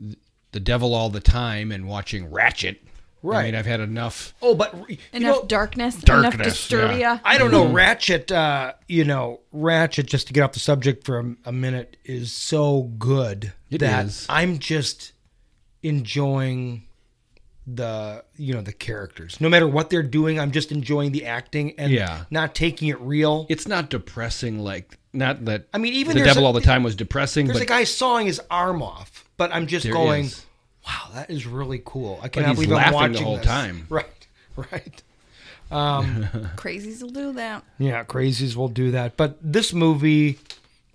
Speaker 17: th- the devil all the time and watching Ratchet, I
Speaker 15: Right.
Speaker 17: mean, I've had enough.
Speaker 15: Oh, but you
Speaker 16: Enough
Speaker 15: know,
Speaker 16: darkness, enough
Speaker 17: Darkness, yeah.
Speaker 16: disturbia.
Speaker 15: I don't know. Ratchet, uh, you know, Ratchet. Just to get off the subject for a, a minute, is so good
Speaker 17: It
Speaker 15: that
Speaker 17: is.
Speaker 15: I'm just enjoying the you know the characters. No matter what they're doing, I'm just enjoying the acting and
Speaker 17: Yeah.
Speaker 15: not taking it real.
Speaker 17: It's not depressing like not that.
Speaker 15: I mean, even
Speaker 17: the
Speaker 15: there's
Speaker 17: devil
Speaker 15: a-
Speaker 17: all the time was depressing.
Speaker 15: There's
Speaker 17: but
Speaker 15: a guy sawing his arm off, but I'm just
Speaker 17: There
Speaker 15: going,
Speaker 17: is.
Speaker 15: wow, that is really cool. I cannot
Speaker 17: he's
Speaker 15: believe I'm
Speaker 17: laughing
Speaker 15: watching
Speaker 17: the whole
Speaker 15: this."
Speaker 17: time.
Speaker 15: Right, right. Um,
Speaker 16: Crazies will do that.
Speaker 15: yeah, crazies will do that. But this movie,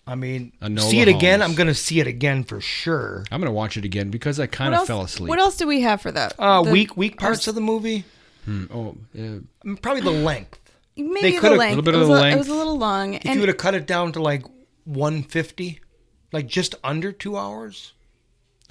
Speaker 15: I mean,
Speaker 17: Enola
Speaker 15: see it again.
Speaker 17: Holmes.
Speaker 15: I'm going to see it again for sure.
Speaker 17: I'm gonna watch it again because I kind
Speaker 16: What
Speaker 17: of
Speaker 16: else-
Speaker 17: fell asleep.
Speaker 16: What else do we have for that?
Speaker 15: Uh,
Speaker 16: The-
Speaker 15: weak, weak parts of the movie.
Speaker 17: Hmm, oh, yeah.
Speaker 15: Probably the length.
Speaker 16: Maybe the
Speaker 15: could've-
Speaker 16: length.
Speaker 17: Little bit
Speaker 16: it
Speaker 17: of
Speaker 16: was
Speaker 17: the
Speaker 16: a- It
Speaker 17: length.
Speaker 16: was a little long.
Speaker 15: If
Speaker 16: and
Speaker 15: you would have cut it down to like 150, like just under two hours.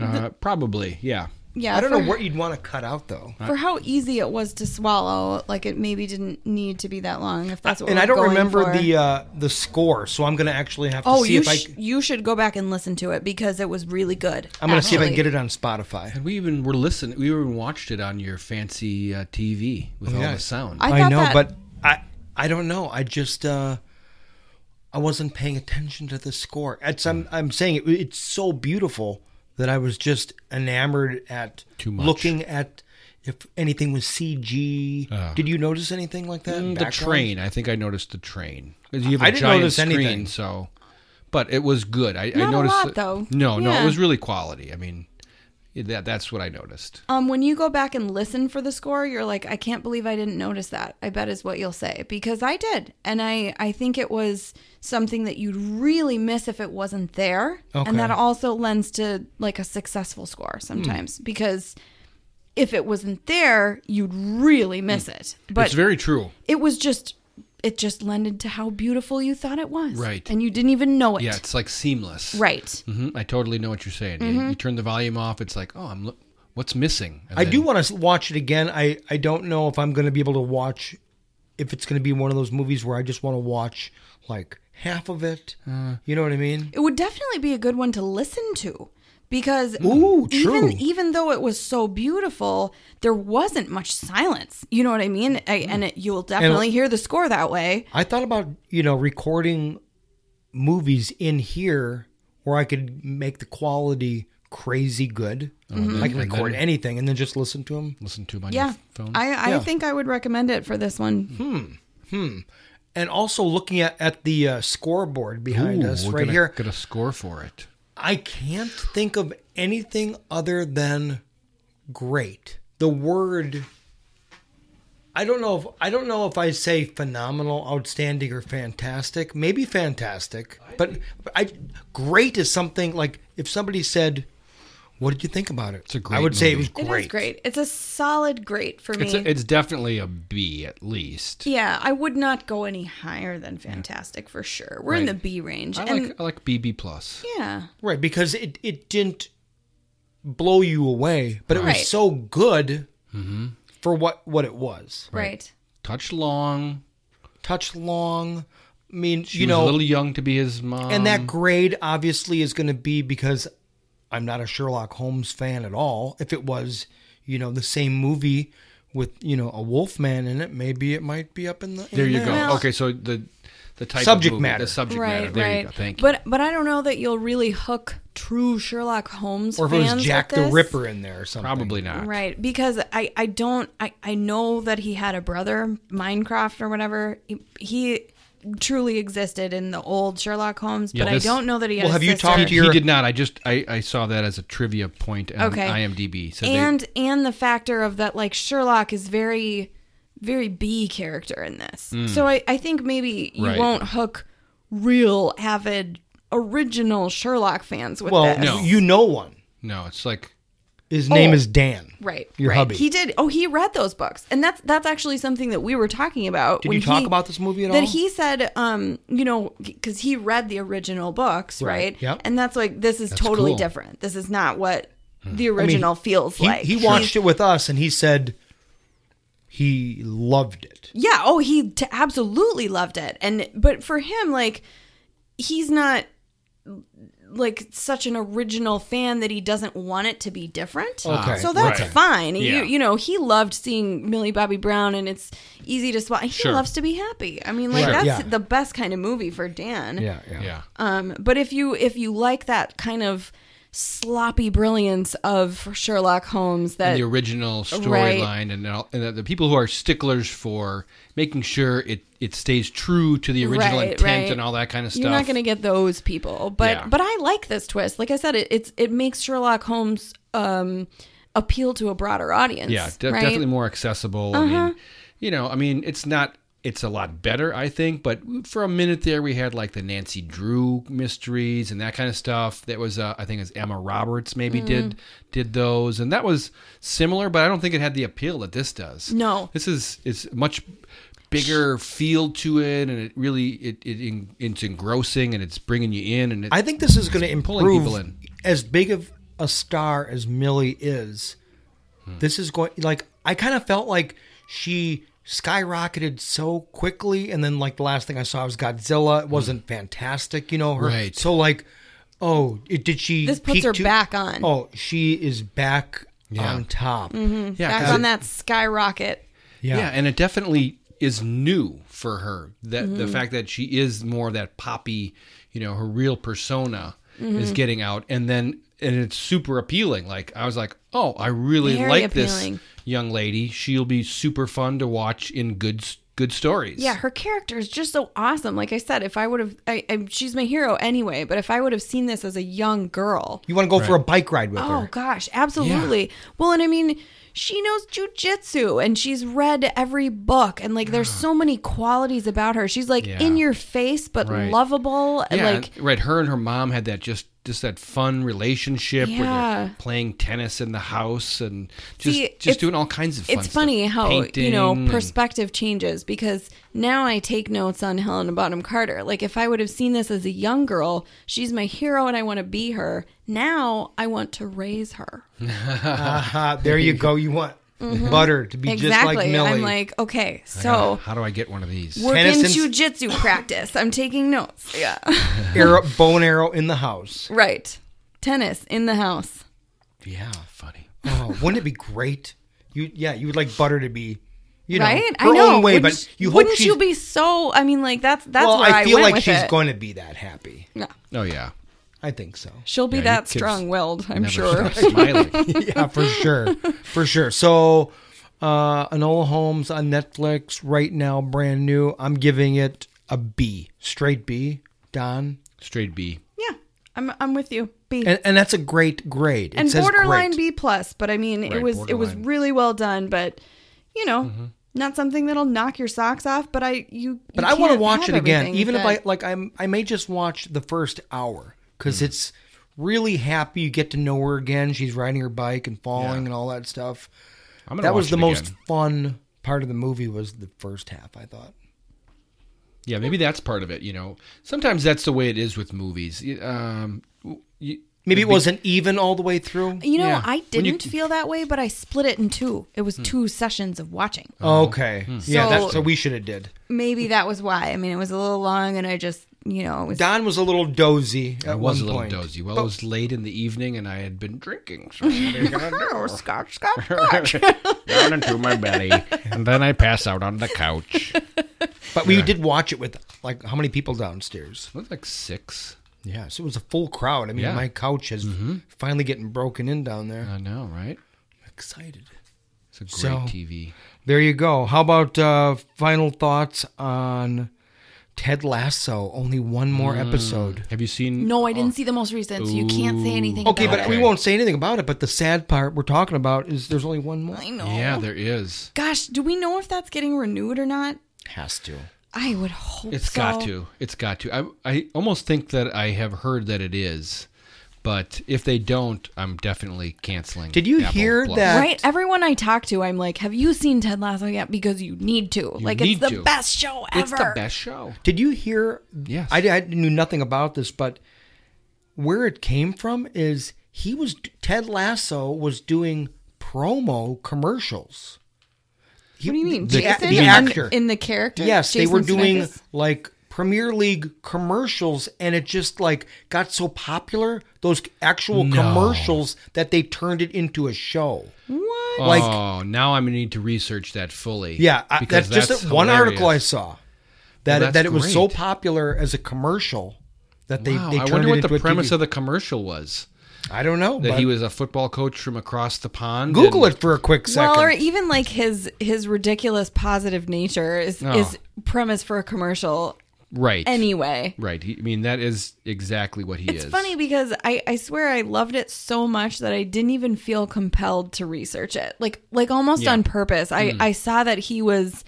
Speaker 17: uh, probably, yeah.
Speaker 16: Yeah,
Speaker 15: I don't
Speaker 16: for-
Speaker 15: know what you'd want to cut out though.
Speaker 16: for how easy it was to swallow, like it maybe didn't need to be that long. If that's what
Speaker 15: and
Speaker 16: we're
Speaker 15: I don't
Speaker 16: going
Speaker 15: remember
Speaker 16: for.
Speaker 15: the uh, the score, so I'm going to actually have to
Speaker 16: oh,
Speaker 15: see
Speaker 16: you
Speaker 15: if I.
Speaker 16: sh- you should go back and listen to it because it was really good.
Speaker 15: I'm going to see if I can
Speaker 16: actually.
Speaker 15: get it on Spotify.
Speaker 17: And we even were listening. We even watched it on your fancy uh, TV
Speaker 15: Oh,
Speaker 17: with all the sound.
Speaker 16: I
Speaker 15: I,
Speaker 16: thought
Speaker 15: know,
Speaker 16: that-
Speaker 15: but I I don't know. I just uh, I wasn't paying attention to the score. It's, I'm I'm saying it, it's so beautiful that I was just enamored at
Speaker 17: Too much.
Speaker 15: looking at if anything was CG.
Speaker 17: Ah.
Speaker 15: Did you notice anything like that?
Speaker 17: Mm, the
Speaker 15: Background?
Speaker 17: train. I think I noticed the train. 'Cause You have a
Speaker 15: I didn't
Speaker 17: giant
Speaker 15: notice
Speaker 17: screen,
Speaker 15: anything.
Speaker 17: So, but it was good. I,
Speaker 16: Not
Speaker 17: I
Speaker 16: a
Speaker 17: noticed
Speaker 16: lot,
Speaker 17: that-
Speaker 16: though.
Speaker 17: No, no,
Speaker 16: Yeah.
Speaker 17: it was really quality. I mean, that that's what I noticed.
Speaker 16: Um, when you go back and listen for the score, you're like, I can't believe I didn't notice that. I bet is what you'll say because I did, and I I think it was something that you'd really miss if it wasn't there,
Speaker 18: Okay.
Speaker 16: and that also lends to like a successful score sometimes
Speaker 15: Hmm.
Speaker 16: because if it wasn't there, you'd really miss
Speaker 15: Hmm.
Speaker 16: it. But
Speaker 17: it's very true.
Speaker 16: it was just it just lended to how beautiful you thought it was,
Speaker 17: Right.
Speaker 16: And you didn't even know it,
Speaker 17: Yeah, it's like seamless.
Speaker 16: right?
Speaker 17: hmm I totally know what you're saying. You- You,
Speaker 16: Mhm.
Speaker 17: turn the volume off. It's like, oh, I'm lo- what's missing. And
Speaker 15: I
Speaker 17: then-
Speaker 15: do want to watch it again. I, I don't know if I'm going to be able to watch, if it's going to be one of those movies where I just want to watch like half of it.
Speaker 17: Uh.
Speaker 15: you know what I mean?
Speaker 16: It would definitely be a good one to listen to because
Speaker 15: Ooh,
Speaker 16: even
Speaker 15: true.
Speaker 16: even though it was so beautiful, there wasn't much silence. You know what I mean? I, and it, you'll definitely hear the score that way.
Speaker 15: I thought about, you know, recording movies in here where I could make the quality crazy good.
Speaker 17: and then-
Speaker 15: I can
Speaker 17: and
Speaker 15: record
Speaker 17: then-
Speaker 15: anything and then just listen to them.
Speaker 17: Listen to them on
Speaker 16: Yeah, I, I think I would recommend it for this one.
Speaker 15: Hmm. Hmm. And also looking at, at the uh, scoreboard behind
Speaker 17: Ooh,
Speaker 15: us
Speaker 17: we're
Speaker 15: right
Speaker 17: gonna
Speaker 15: here.
Speaker 17: Get a score for it.
Speaker 15: I can't think of anything other than great. The word I don't know if I don't know if I say phenomenal, outstanding, or fantastic. Maybe fantastic, but, but I great is something like if somebody said, "What did you think about it?" It's
Speaker 17: a great
Speaker 15: I would say it
Speaker 17: movie.
Speaker 15: was
Speaker 16: It is
Speaker 15: great.
Speaker 16: great. It's a solid great for me.
Speaker 17: It's, a, it's definitely a B at least.
Speaker 16: yeah, I would not go any higher than fantastic for sure. We're in
Speaker 17: Right.
Speaker 16: the B range.
Speaker 17: I
Speaker 16: and
Speaker 17: like uh, I like BB plus.
Speaker 16: yeah.
Speaker 15: Right, because it it didn't blow you away, but it
Speaker 16: Right.
Speaker 15: was so good
Speaker 17: Mm-hmm.
Speaker 15: for what what it was.
Speaker 16: Right. Right.
Speaker 17: Touch long.
Speaker 15: Touch long. I mean,
Speaker 17: She
Speaker 15: you
Speaker 17: was
Speaker 15: know,
Speaker 17: a little young to be his mom.
Speaker 15: and that grade obviously is going to be because I'm not a Sherlock Holmes fan at all. If it was, you know, the same movie with you know a Wolfman in it, maybe it might be up in the. in
Speaker 17: There you go.
Speaker 16: Well-
Speaker 17: okay, so the the type
Speaker 15: Subject
Speaker 17: of movie,
Speaker 15: matter.
Speaker 17: the subject
Speaker 16: right,
Speaker 17: matter. There
Speaker 16: right.
Speaker 17: you go. Thank you.
Speaker 16: But but I don't know that you'll really hook true Sherlock Holmes
Speaker 15: Or if it
Speaker 16: fans
Speaker 15: was Jack
Speaker 16: with
Speaker 15: the
Speaker 16: this.
Speaker 15: Ripper in there or something.
Speaker 17: Probably not.
Speaker 16: Right, because I I don't I I know that he had a brother, Minecraft or whatever. He, he truly existed in the old Sherlock Holmes,
Speaker 17: Yeah,
Speaker 16: but
Speaker 17: this-
Speaker 16: I don't know that he had. a sister.
Speaker 17: He- He did not. I just I, I saw that as a trivia point on
Speaker 16: Okay.
Speaker 17: IMDb. So
Speaker 16: and and the factor of that like Sherlock is very very B character in this.
Speaker 17: Mm.
Speaker 16: So I, I think maybe you
Speaker 17: Right.
Speaker 16: won't hook real avid original Sherlock fans with
Speaker 15: Well,
Speaker 16: this.
Speaker 17: No.
Speaker 15: you know one.
Speaker 17: they, no, it's like
Speaker 15: His
Speaker 16: Oh.
Speaker 15: name is Dan.
Speaker 16: Right.
Speaker 15: Your
Speaker 16: right.
Speaker 15: hubby.
Speaker 16: He did oh he read those books. And that's that's actually something that we were talking about.
Speaker 15: Did
Speaker 16: when
Speaker 15: you talk
Speaker 16: he-
Speaker 15: about this movie at
Speaker 16: that
Speaker 15: all?
Speaker 16: he said um you know because he read the original books
Speaker 15: Right.
Speaker 16: right,
Speaker 15: Yep.
Speaker 16: and that's like this is
Speaker 15: That's
Speaker 16: totally
Speaker 15: cool. Hmm.
Speaker 16: different this is not what the
Speaker 15: I mean,
Speaker 16: original feels
Speaker 15: he-
Speaker 16: like
Speaker 15: He watched
Speaker 16: He's-
Speaker 15: it with us and he said he loved it.
Speaker 16: yeah oh he t- absolutely loved it and but for him like he's not like such an original fan that he doesn't want it to be different
Speaker 17: Ah,
Speaker 15: Okay,
Speaker 16: so that's
Speaker 15: right.
Speaker 16: fine
Speaker 15: Yeah.
Speaker 16: you you know he loved seeing millie bobby brown and it's easy to spot he
Speaker 17: Sure.
Speaker 16: loves to be happy i mean like
Speaker 17: Sure.
Speaker 16: that's
Speaker 17: Yeah.
Speaker 16: the best kind of movie for dan
Speaker 17: yeah. yeah.
Speaker 16: Um, but if you if you like that kind of sloppy brilliance of Sherlock Holmes, that
Speaker 17: And the original
Speaker 16: Right.
Speaker 17: storyline and, all- and that the people who are sticklers for making sure it, it stays true to the original
Speaker 16: Right,
Speaker 17: intent
Speaker 16: right.
Speaker 17: and all that kind of stuff.
Speaker 16: You're not going to get those people, but
Speaker 17: Yeah.
Speaker 16: but I like this twist. Like I said, it it's, it makes Sherlock Holmes um, appeal to a broader audience.
Speaker 17: yeah, de-
Speaker 16: right?
Speaker 17: definitely more accessible. I
Speaker 16: Uh-huh.
Speaker 17: mean, you know, I mean, it's not it's a lot better, I think, but for a minute there we had like the Nancy Drew mysteries and that kind of stuff. That was uh, I think it was Emma Roberts maybe
Speaker 16: Mm.
Speaker 17: did did those and that was similar, but I don't think it had the appeal that this does.
Speaker 16: No.
Speaker 17: This is it's much bigger feel to it and it really it, it en- it's engrossing and it's bringing you in and it,
Speaker 15: I think this is going to
Speaker 17: it's
Speaker 15: improve
Speaker 17: pulling people in.
Speaker 15: as big of a star as Millie is.
Speaker 17: Hmm.
Speaker 15: This is going like I kind of felt like she skyrocketed so quickly, and then like the last thing I saw was Godzilla. It wasn't fantastic, you know. Her,
Speaker 17: Hmm. Right.
Speaker 15: So like, oh, it, did she?
Speaker 16: This puts
Speaker 15: peak
Speaker 16: her
Speaker 15: too-
Speaker 16: back on.
Speaker 15: Oh, she is back on top.
Speaker 16: Mhm.
Speaker 17: Yeah,
Speaker 16: back
Speaker 17: 'cause
Speaker 16: on
Speaker 17: it-
Speaker 16: that skyrocket.
Speaker 15: Yeah.
Speaker 17: Yeah. and it definitely is new for her. That the
Speaker 16: Mhm.
Speaker 17: fact that she is more of that poppy, you know, her real persona is
Speaker 16: Mhm.
Speaker 17: getting out, and then and it's super appealing. Like I was like, oh, I really
Speaker 16: Very
Speaker 17: like
Speaker 16: appealing.
Speaker 17: this young lady. She'll be super fun to watch in good s- good stories.
Speaker 16: Yeah, her character is just so awesome. Like I said, if I would have, I, I, she's my hero anyway. But if I would have seen this as a young girl,
Speaker 15: You want to go for a bike ride with
Speaker 16: oh
Speaker 15: her?
Speaker 16: gosh, absolutely. Well, and I mean, she knows jujitsu and she's read every book and like there's so many qualities about her. She's like
Speaker 17: Yeah.
Speaker 16: in your face but
Speaker 17: Right.
Speaker 16: lovable and
Speaker 17: Yeah,
Speaker 16: like
Speaker 17: and- right. Her and her mom had that just just that fun relationship where
Speaker 16: Yeah.
Speaker 17: they're playing tennis in the house and just
Speaker 16: See, it's-
Speaker 17: just doing all kinds of. fun
Speaker 16: it's
Speaker 17: stuff.
Speaker 16: funny how you know
Speaker 17: Painting and-
Speaker 16: perspective changes because now I take notes on Helena Bonham Carter. Like if I would have seen this as a young girl, she's my hero and I want to be her. Now I want to raise her.
Speaker 15: Uh-huh, there you go. You want
Speaker 16: Mhm.
Speaker 15: butter to be just like
Speaker 16: Exactly.
Speaker 15: Millie?
Speaker 16: I'm like,
Speaker 17: I
Speaker 16: okay, so
Speaker 17: gotta- how do I get one of these?
Speaker 16: We're in
Speaker 15: Tennison's-
Speaker 16: jujitsu practice. I'm taking notes. Yeah.
Speaker 15: arrow, bone arrow in the house.
Speaker 16: right. Tennis in the house.
Speaker 17: Yeah, funny.
Speaker 15: Oh, wouldn't it be great? You yeah, you would like butter to be, you know,
Speaker 16: right?
Speaker 15: her
Speaker 16: I know.
Speaker 15: own way,
Speaker 16: wouldn't
Speaker 15: but you hope
Speaker 16: wouldn't
Speaker 15: she's.
Speaker 16: you be so? I mean, like that's that's
Speaker 15: well,
Speaker 16: where I,
Speaker 15: I feel
Speaker 16: went
Speaker 15: like
Speaker 16: with
Speaker 15: she's
Speaker 16: it.
Speaker 15: going to be that happy.
Speaker 16: No.
Speaker 17: Oh yeah,
Speaker 15: I think so.
Speaker 16: She'll be
Speaker 15: Yeah, your
Speaker 16: that
Speaker 15: kids
Speaker 16: strong-willed. I'm
Speaker 15: never
Speaker 16: sure.
Speaker 15: stop yeah, Uh, for sure, for sure. So, uh, Anola Holmes on Netflix right now, brand new. I'm giving it a B, straight B. Don,
Speaker 17: straight B.
Speaker 16: Yeah, I'm I'm with you. B
Speaker 15: and, and that's a great grade. It
Speaker 16: And
Speaker 15: says
Speaker 16: borderline
Speaker 15: great.
Speaker 16: B plus, but I mean, it
Speaker 15: Right, Mm-hmm.
Speaker 16: was it was
Speaker 17: borderline.
Speaker 16: really well done. But you know, Not something that'll knock your socks off, but I you.
Speaker 15: But
Speaker 16: you
Speaker 15: I want to
Speaker 16: can't
Speaker 15: watch
Speaker 16: have
Speaker 15: it again,
Speaker 16: everything
Speaker 15: even if
Speaker 16: good.
Speaker 15: I like. I'm I may just watch the first hour because
Speaker 17: Mm.
Speaker 15: it's really happy. You get to know her again. She's riding her bike and falling and all that stuff.
Speaker 17: I'm gonna
Speaker 15: that was
Speaker 17: watch
Speaker 15: the
Speaker 17: it
Speaker 15: most
Speaker 17: again.
Speaker 15: fun part of the movie was the first half. I thought.
Speaker 17: Yeah, maybe that's part of it. You know, sometimes that's the way it is with movies. Y- Um, y-
Speaker 15: Maybe it wasn't even all the way through.
Speaker 16: You know,
Speaker 17: Yeah.
Speaker 16: I
Speaker 17: When you-
Speaker 16: didn't feel that way, but I split it in two. It
Speaker 15: Hmm.
Speaker 16: was two sessions of watching.
Speaker 15: Okay.
Speaker 17: Hmm.
Speaker 15: Yeah.
Speaker 16: So-
Speaker 15: that's what we should have did.
Speaker 16: Maybe that was why. I mean, it was a little long, and I just, you know, it was.
Speaker 15: Don was a little dozy. At
Speaker 17: I was a
Speaker 15: one
Speaker 17: little
Speaker 15: point.
Speaker 17: dozy. Well, it
Speaker 15: But-
Speaker 17: was late in the evening, and I had been drinking. So what are you gonna do?
Speaker 16: Oh, scotch, scotch,
Speaker 17: Down into my belly, and then I pass out on the couch.
Speaker 15: But we did watch it with like how many people downstairs?
Speaker 17: It was like six.
Speaker 15: Yeah, so it was a full crowd. I mean,
Speaker 17: Yeah. Mm-hmm.
Speaker 15: my couch is finally getting broken in down there.
Speaker 17: I know, right?
Speaker 15: I'm excited.
Speaker 17: It's a great
Speaker 15: So-
Speaker 17: TV.
Speaker 15: There you go. How about uh, final thoughts on Ted Lasso? Only one more
Speaker 17: Mm.
Speaker 15: episode.
Speaker 17: Have you seen?
Speaker 16: No, I didn't see the most recent, so you can't say anything.
Speaker 15: Okay,
Speaker 16: about
Speaker 15: but
Speaker 16: it.
Speaker 15: we won't say anything about it. But the sad part we're talking about is there's only one more.
Speaker 16: I know.
Speaker 17: Yeah, there is.
Speaker 16: Gosh, do we know if that's getting renewed or not?
Speaker 15: Has to.
Speaker 16: I would hope
Speaker 17: It's
Speaker 16: so.
Speaker 17: got to. It's got to. I I almost think that I have heard that it is, but if they don't, I'm definitely canceling.
Speaker 15: Did you
Speaker 17: Apple
Speaker 15: hear
Speaker 17: Plus.
Speaker 15: that?
Speaker 16: Right? Everyone I talk to, I'm like, have you seen Ted Lasso yet? Because you need to.
Speaker 17: You
Speaker 16: like,
Speaker 17: need
Speaker 16: it's the
Speaker 17: to.
Speaker 16: best show ever.
Speaker 17: It's the best show.
Speaker 15: Did you hear?
Speaker 17: Yes.
Speaker 15: I, I knew nothing about this, but where it came from is he was Ted Lasso was doing promo commercials. He-
Speaker 16: What do you mean?
Speaker 15: The,
Speaker 16: Jason?
Speaker 15: the
Speaker 16: In-
Speaker 15: actor
Speaker 16: In, the character?
Speaker 15: Yes, they were
Speaker 16: Jason
Speaker 15: doing
Speaker 16: Sudeikis?
Speaker 15: like Premier League commercials, and it just like got so popular those actual
Speaker 17: No.
Speaker 15: commercials that they turned it into a show.
Speaker 16: What?
Speaker 15: Like-
Speaker 17: oh, now I'm gonna need to research that fully.
Speaker 15: Yeah, I, that's,
Speaker 17: because
Speaker 15: just
Speaker 17: that's
Speaker 15: one
Speaker 17: hilarious.
Speaker 15: article I saw that
Speaker 17: Well,
Speaker 15: that
Speaker 17: that's
Speaker 15: it was so
Speaker 17: great.
Speaker 15: popular as a commercial that they
Speaker 17: Wow,
Speaker 15: they
Speaker 17: I
Speaker 15: turned
Speaker 17: wonder
Speaker 15: it
Speaker 17: what
Speaker 15: into
Speaker 17: the
Speaker 15: a
Speaker 17: premise
Speaker 15: TV.
Speaker 17: of the commercial was.
Speaker 15: I don't know.
Speaker 17: That
Speaker 15: but
Speaker 17: he was a football coach from across the pond.
Speaker 15: Google
Speaker 17: and-
Speaker 15: it for a quick second.
Speaker 16: Well, or even like his his ridiculous positive nature is
Speaker 17: Oh.
Speaker 16: is premise for a commercial.
Speaker 17: Right.
Speaker 16: Anyway,
Speaker 17: Right. He, I mean, that is exactly what he
Speaker 16: it's
Speaker 17: is.
Speaker 16: funny because I I swear I loved it so much that I didn't even feel compelled to research it. Like like almost
Speaker 17: Yeah.
Speaker 16: on purpose. I
Speaker 17: Mm.
Speaker 16: I saw that he was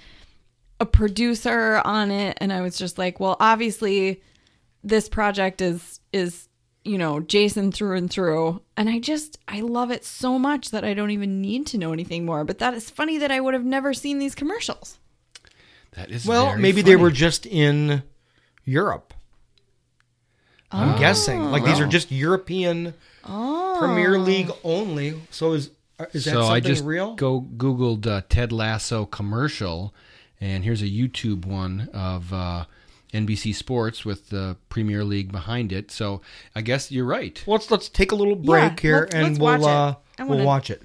Speaker 16: a producer on it and I was just like, well, obviously this project is is you know Jason through and through and I just I love it so much that I don't even need to know anything more but that is funny that I would have never seen these commercials
Speaker 17: That is
Speaker 15: well,
Speaker 17: very
Speaker 15: maybe they
Speaker 17: funny.
Speaker 15: were just in Europe. I'm guessing. Like these are
Speaker 17: Oh.
Speaker 15: just European Premier League only. So is uh, is that
Speaker 17: so
Speaker 15: something
Speaker 17: I just
Speaker 15: real?
Speaker 17: go Googled uh, Ted Lasso commercial, and here's a YouTube one of uh, NBC Sports with the Premier League behind it. So I guess you're right.
Speaker 15: Well, let's let's take a little break
Speaker 17: Yeah,
Speaker 15: here
Speaker 17: let's-
Speaker 15: and
Speaker 17: let's
Speaker 15: we'll
Speaker 17: watch it.
Speaker 15: uh
Speaker 17: I
Speaker 15: we'll
Speaker 17: wanna-
Speaker 15: watch it.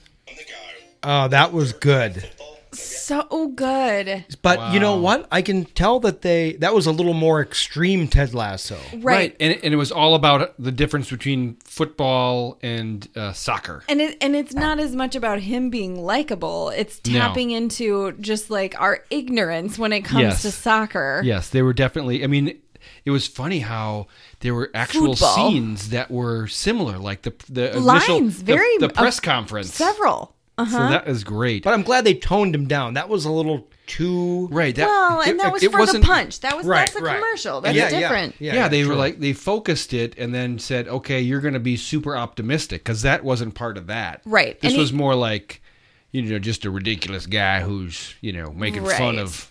Speaker 15: Oh, that was good.
Speaker 16: so good
Speaker 15: But you know what? I can tell that they that was a little more extreme Ted Lasso.
Speaker 16: right.
Speaker 17: And, it- and it was all about the difference between football and uh, soccer.
Speaker 16: And it and it's not as much about him being likable. It's
Speaker 17: No.
Speaker 16: tapping into just like our ignorance when it comes
Speaker 17: Yes.
Speaker 16: to soccer.
Speaker 17: Yes, they were definitely. I mean, it was funny how there were actual
Speaker 16: Football.
Speaker 17: scenes that were similar, like the the
Speaker 16: Lines,
Speaker 17: initial the-
Speaker 16: very
Speaker 17: the,
Speaker 16: of-
Speaker 17: press conference.
Speaker 16: Several. Uh huh.
Speaker 17: So that is great.
Speaker 15: But I'm glad they toned him down. That was a little too
Speaker 17: Right. That,
Speaker 16: well, and that was for the punch. That was
Speaker 15: Right,
Speaker 16: that's a
Speaker 15: right.
Speaker 16: commercial. That's
Speaker 15: Yeah, yeah,
Speaker 16: different.
Speaker 17: Yeah, they were like they focused it and then said, "Okay, you're going to be super optimistic," because that wasn't part of that.
Speaker 16: Right,
Speaker 17: This
Speaker 16: and
Speaker 17: was
Speaker 16: he-
Speaker 17: more like, you know, just a ridiculous guy who's you know making fun
Speaker 16: Right.
Speaker 17: of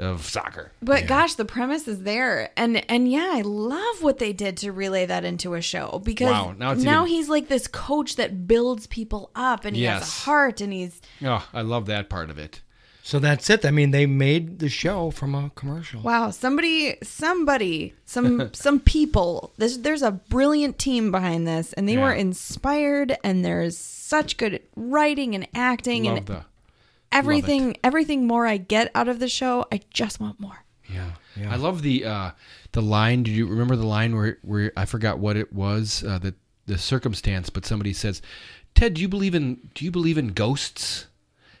Speaker 17: of soccer.
Speaker 16: But gosh, the premise is there, and and yeah, I love what they did to relay that into a show because
Speaker 17: Wow, now
Speaker 16: now,
Speaker 17: it's even-
Speaker 16: he's like this coach that builds people up, and he has
Speaker 17: Yes.
Speaker 16: a heart, and he's
Speaker 17: Oh, I love that part of it.
Speaker 15: So that's it. I mean, they made the show from a commercial.
Speaker 16: wow. Somebody, somebody, some some people. There's there's a brilliant team behind this, and they were
Speaker 17: Yeah.
Speaker 16: inspired, and there's such good writing and acting
Speaker 17: Love
Speaker 16: and
Speaker 17: the
Speaker 16: everything. Everything more I get out of the show, I just want more.
Speaker 17: Yeah. I love the uh, the line. Do you remember the line where where I forgot what it was uh, the the circumstance, but somebody says, "Ted, do you believe in do you believe in ghosts?"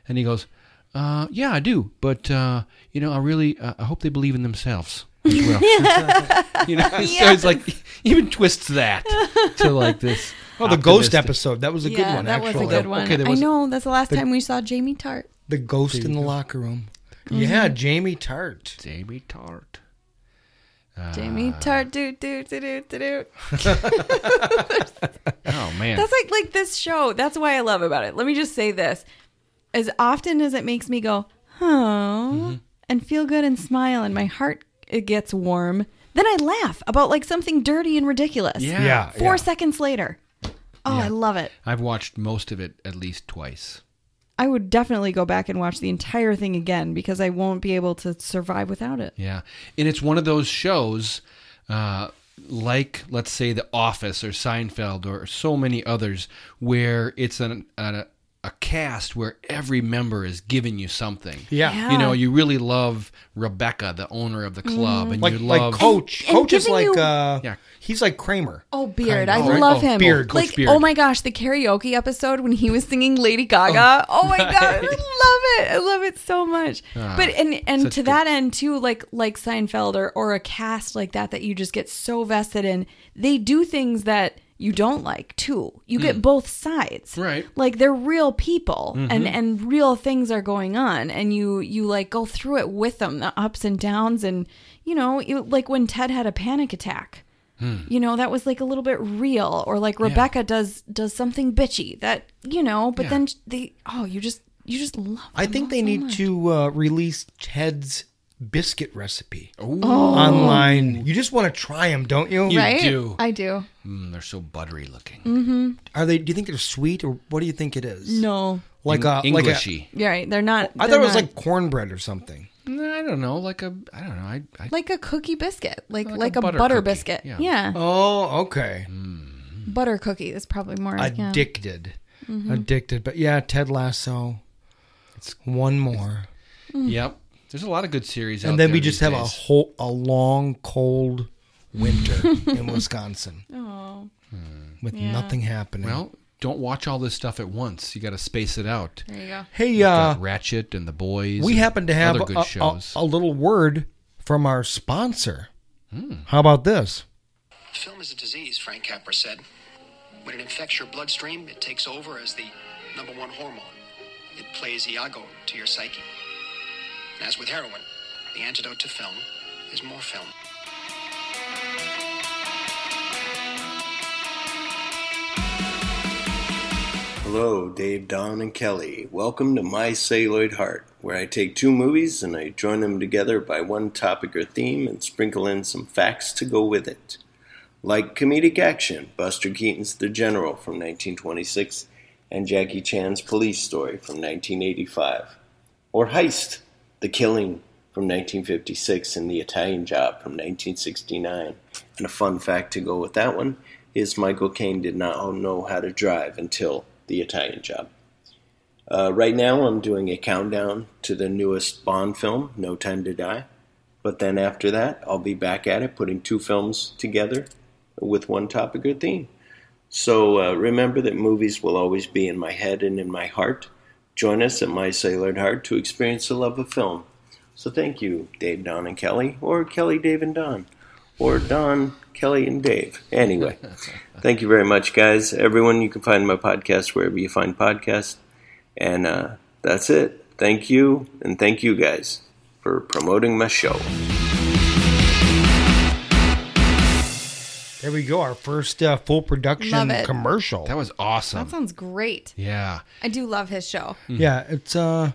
Speaker 17: And he goes, uh, "Yeah, I do, but uh, you know, I really uh, I hope they believe in themselves." As well. you know, so it's like even twists that to like this.
Speaker 15: Oh, the ghost
Speaker 17: optimistic-
Speaker 15: episode. That was a good one.
Speaker 16: That
Speaker 15: actually.
Speaker 16: was a good one.
Speaker 17: Okay, there
Speaker 16: I
Speaker 17: was-
Speaker 16: know. That's the last
Speaker 15: the-
Speaker 16: time we saw Jamie Tart.
Speaker 15: The ghost
Speaker 17: There
Speaker 15: in
Speaker 17: you
Speaker 15: the
Speaker 17: go.
Speaker 15: locker room.
Speaker 16: Mm-hmm.
Speaker 15: Yeah, Jamie Tart.
Speaker 17: Jamie Tart.
Speaker 16: Jamie Tart, do do do do do do.
Speaker 17: Oh man.
Speaker 16: That's like like this show. That's why I love about it. Let me just say this: as often as it makes me go, oh,
Speaker 17: Mm-hmm.
Speaker 16: and feel good and smile, and my heart it gets warm, then I laugh about like something dirty and ridiculous.
Speaker 17: Yeah. Yeah,
Speaker 16: Four
Speaker 17: yeah.
Speaker 16: seconds later. Oh, I love it.
Speaker 17: I've watched most of it at least twice.
Speaker 16: I would definitely go back and watch the entire thing again because I won't be able to survive without it.
Speaker 17: Yeah, and it's one of those shows, uh, like let's say The Office or Seinfeld or so many others, where it's an, a a cast where every member is giving you something.
Speaker 15: Yeah. Yeah.
Speaker 17: you know, you really love Rebecca, the owner of the club, and
Speaker 15: like
Speaker 17: you
Speaker 15: like
Speaker 17: love
Speaker 15: Coach.
Speaker 16: and
Speaker 15: coach is
Speaker 16: giving
Speaker 15: like
Speaker 16: you-
Speaker 15: uh, he's like Kramer.
Speaker 16: Oh, Beard. I
Speaker 15: Kind of.
Speaker 16: love
Speaker 15: Oh,
Speaker 16: him.
Speaker 15: Beard. Coach
Speaker 16: Like,
Speaker 15: Beard.
Speaker 16: oh my gosh, the karaoke episode when he was singing Lady Gaga. Oh, my God. I
Speaker 17: right.
Speaker 16: love it. I love it so much.
Speaker 17: Ah,
Speaker 16: but, and, and
Speaker 17: such
Speaker 16: to that end, too, like, like Seinfeld or, or a cast like that, that you just get so vested in, they do things that you don't like, too. You get
Speaker 15: Hmm.
Speaker 17: Mm.
Speaker 16: both sides.
Speaker 17: Right.
Speaker 16: Like, they're real people
Speaker 15: Mm-hmm.
Speaker 16: and,
Speaker 17: Mhm.
Speaker 16: and real things are going on. And you, you like go through it with them, the ups and downs. And, you know, you, like when Ted had a panic attack
Speaker 17: Hmm.
Speaker 16: you know that was like a little bit real or like rebecca does does something bitchy that you know but
Speaker 15: Yeah.
Speaker 16: then they oh you just you just love
Speaker 15: I think they need to uh, release Ted's biscuit recipe
Speaker 16: Oh.
Speaker 15: online. You just want to try them, don't you?
Speaker 16: right i do
Speaker 17: Mm, they're so buttery looking.
Speaker 16: mm-hmm
Speaker 15: Are they? Do you think they're sweet, or what do you think it is?
Speaker 16: no
Speaker 15: Like a like a.
Speaker 17: Englishy.
Speaker 16: you're right they're not
Speaker 15: I thought
Speaker 16: they're
Speaker 15: it was
Speaker 16: not-
Speaker 15: like cornbread or something.
Speaker 17: No, I don't know, like a I don't know, I, I
Speaker 16: like a cookie biscuit like like,
Speaker 17: a
Speaker 16: a,
Speaker 17: butter
Speaker 16: butter,
Speaker 17: cookie.
Speaker 16: biscuit
Speaker 17: Yeah.
Speaker 16: yeah,
Speaker 15: Oh, okay.
Speaker 16: butter cookie is probably more yeah.
Speaker 15: Addicted,
Speaker 16: Mhm.
Speaker 15: addicted. But yeah, Ted Lasso. It's one more,
Speaker 17: Yep. There's a lot of good series out
Speaker 15: and then
Speaker 17: there
Speaker 15: we just
Speaker 17: these
Speaker 15: have a
Speaker 17: days.
Speaker 15: whole a long cold winter in Wisconsin
Speaker 16: oh
Speaker 15: with
Speaker 16: Yeah.
Speaker 15: nothing happening.
Speaker 17: Well, don't watch all this stuff at once. You got to space it out.
Speaker 16: there you go
Speaker 15: hey,
Speaker 17: You've
Speaker 15: uh,
Speaker 17: got Ratchet and the Boys.
Speaker 15: we
Speaker 17: and
Speaker 15: happen to have
Speaker 17: other good
Speaker 15: a, a,
Speaker 17: shows.
Speaker 15: a little word from our sponsor.
Speaker 17: Hmm.
Speaker 15: How about this?
Speaker 18: Film is a disease, Frank Capra said. When it infects your bloodstream, it takes over as the number one hormone. It plays Iago to your psyche. And as with heroin, the antidote to film is more film.
Speaker 19: Hello, Dave, Don, and Kelly. Welcome to My Celluloid Heart, where I take two movies and I join them together by one topic or theme and sprinkle in some facts to go with it. Like comedic action, Buster Keaton's The General from 1926 and Jackie Chan's Police Story from 1985. Or Heist, The Killing from 1956 and The Italian Job from 1969. And a fun fact to go with that one is Michael Caine did not know how to drive until The Italian Job. Uh, right now, I'm doing a countdown to the newest Bond film, No Time to Die. But then after that, I'll be back at it, putting two films together with one topic or theme. So uh, remember that movies will always be in my head and in my heart. Join us at My Cellular Heart to experience the love of film. So thank you, Dave, Don, and Kelly, or Kelly, Dave, and Don, or Don, Kelly, and Dave. Anyway, thank you very much, guys. Everyone, you can find my podcast wherever you find podcasts. And uh, that's it. Thank you, and thank you guys for promoting my show.
Speaker 15: There we go. Our first uh, full production
Speaker 16: Love it.
Speaker 15: commercial.
Speaker 17: That was awesome.
Speaker 16: that sounds great
Speaker 17: yeah.
Speaker 16: i do love his show
Speaker 15: Yeah, it's uh,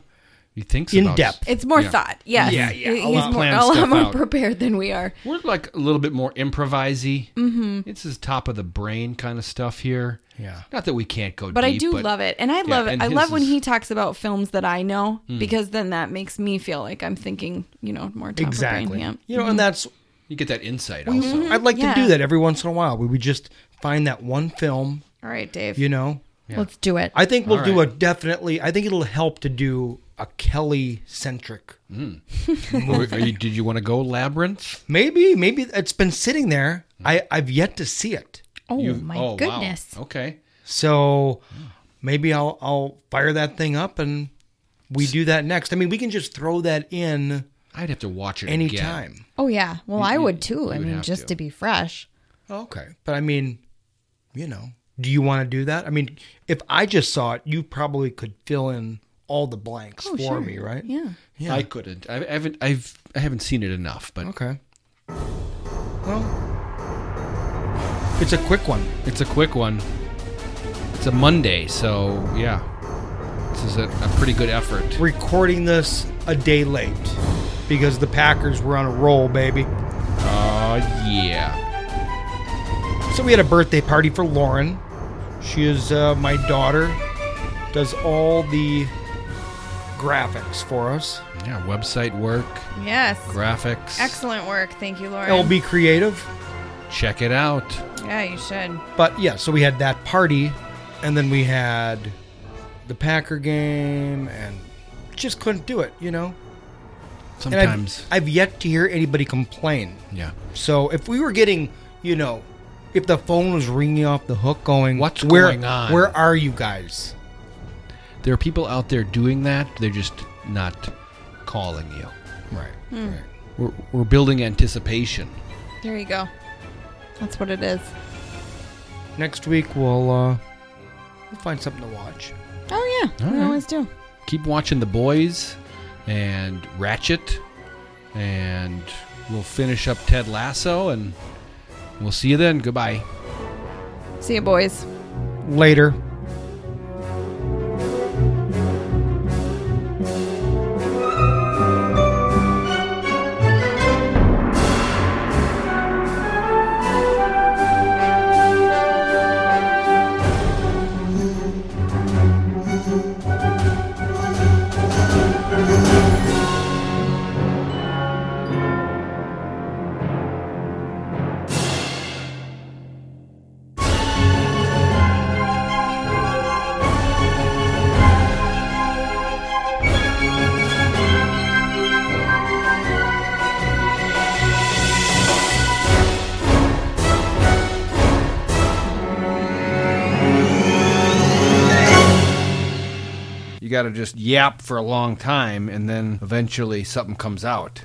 Speaker 17: you think
Speaker 15: in depth.
Speaker 16: it's more thought yes
Speaker 17: Yeah, yeah.
Speaker 16: he's
Speaker 17: A lot-
Speaker 16: more,
Speaker 17: plan
Speaker 16: a
Speaker 17: stuff
Speaker 16: lot more
Speaker 17: out.
Speaker 16: prepared than we are
Speaker 17: We're like a little bit more improvisy.
Speaker 16: Mhm.
Speaker 17: It's this top of the brain kind of stuff here.
Speaker 15: Yeah.
Speaker 17: Not that we can't go
Speaker 16: but
Speaker 17: deep.
Speaker 16: I do love it, and I
Speaker 17: Yeah,
Speaker 16: love it.
Speaker 17: and
Speaker 16: I
Speaker 17: his
Speaker 16: love when
Speaker 17: is-
Speaker 16: he talks about films that I know
Speaker 17: Mm.
Speaker 16: because then that makes me feel like I'm thinking, you know, more top of
Speaker 15: Exactly.
Speaker 16: brain. Mm-hmm.
Speaker 15: You know, and that's
Speaker 17: You get that insight
Speaker 15: we-
Speaker 17: also.
Speaker 15: I'd like
Speaker 16: Yeah.
Speaker 15: to do that every once in a while. We would just find that one film.
Speaker 16: All right, Dave.
Speaker 15: You know,
Speaker 16: Yeah. Let's do it.
Speaker 15: I think we'll
Speaker 16: All
Speaker 15: do a definitely. I think it'll help to do a Kelly centric.
Speaker 17: Mm. Or- are you- did you want to go Labyrinth?
Speaker 16: Oh
Speaker 15: Maybe, maybe it's been sitting there. I I've yet to see it.
Speaker 13: Oh
Speaker 17: You-
Speaker 13: my
Speaker 17: oh, wow.
Speaker 13: goodness.
Speaker 17: Okay.
Speaker 15: So maybe I'll I'll fire that thing up and we do that next. I mean, we can just throw that in.
Speaker 17: I'd have to watch it
Speaker 15: anytime.
Speaker 13: Oh yeah. Well, I would too. I
Speaker 15: would
Speaker 13: mean,
Speaker 15: have
Speaker 13: just
Speaker 15: to.
Speaker 13: to. be fresh.
Speaker 15: Okay, but I mean, you know, do you want to do that? I mean, if I just saw it, you probably could fill in all the blanks
Speaker 16: Oh,
Speaker 15: for
Speaker 16: sure.
Speaker 15: me, right?
Speaker 16: Yeah.
Speaker 15: Yeah.
Speaker 17: I couldn't. I haven't. I've. I haven't seen it enough. But
Speaker 15: okay. It's a quick one.
Speaker 17: It's a quick one. It's a Monday, so yeah. This is a, a pretty good effort.
Speaker 15: Recording this a day late because the Packers were on a roll, baby.
Speaker 17: Uh, yeah.
Speaker 15: So we had a birthday party for Lauren. She is uh, my daughter. Does all the graphics for us.
Speaker 17: Yeah, website work,
Speaker 20: Yes.
Speaker 17: graphics.
Speaker 20: Excellent work. Thank you, Lauren.
Speaker 15: LB Creative.
Speaker 17: Check it out.
Speaker 20: Yeah, you should.
Speaker 15: But yeah, so we had that party, and then we had the Packer game, and just couldn't do it, you know? And I've-
Speaker 17: Sometimes.
Speaker 15: I've, yet to hear anybody complain.
Speaker 17: Yeah.
Speaker 15: So if we were getting, you know, if the phone was ringing off the hook going, What's
Speaker 17: going on?"
Speaker 15: Where are you guys?
Speaker 17: There are people out there doing that. They're just not calling you.
Speaker 15: Right.
Speaker 20: Hmm. right.
Speaker 17: We're, we're building anticipation.
Speaker 20: There you go. That's what it is.
Speaker 15: Next week, we'll, uh, we'll find something to watch.
Speaker 20: Oh yeah,
Speaker 17: All
Speaker 20: we
Speaker 17: right.
Speaker 20: always do.
Speaker 17: Keep watching The Boys and Ratchet, and we'll finish up Ted Lasso, and we'll see you then. Goodbye.
Speaker 20: See you, boys.
Speaker 15: Later.
Speaker 17: You got to just yap for a long time, and then eventually something comes out.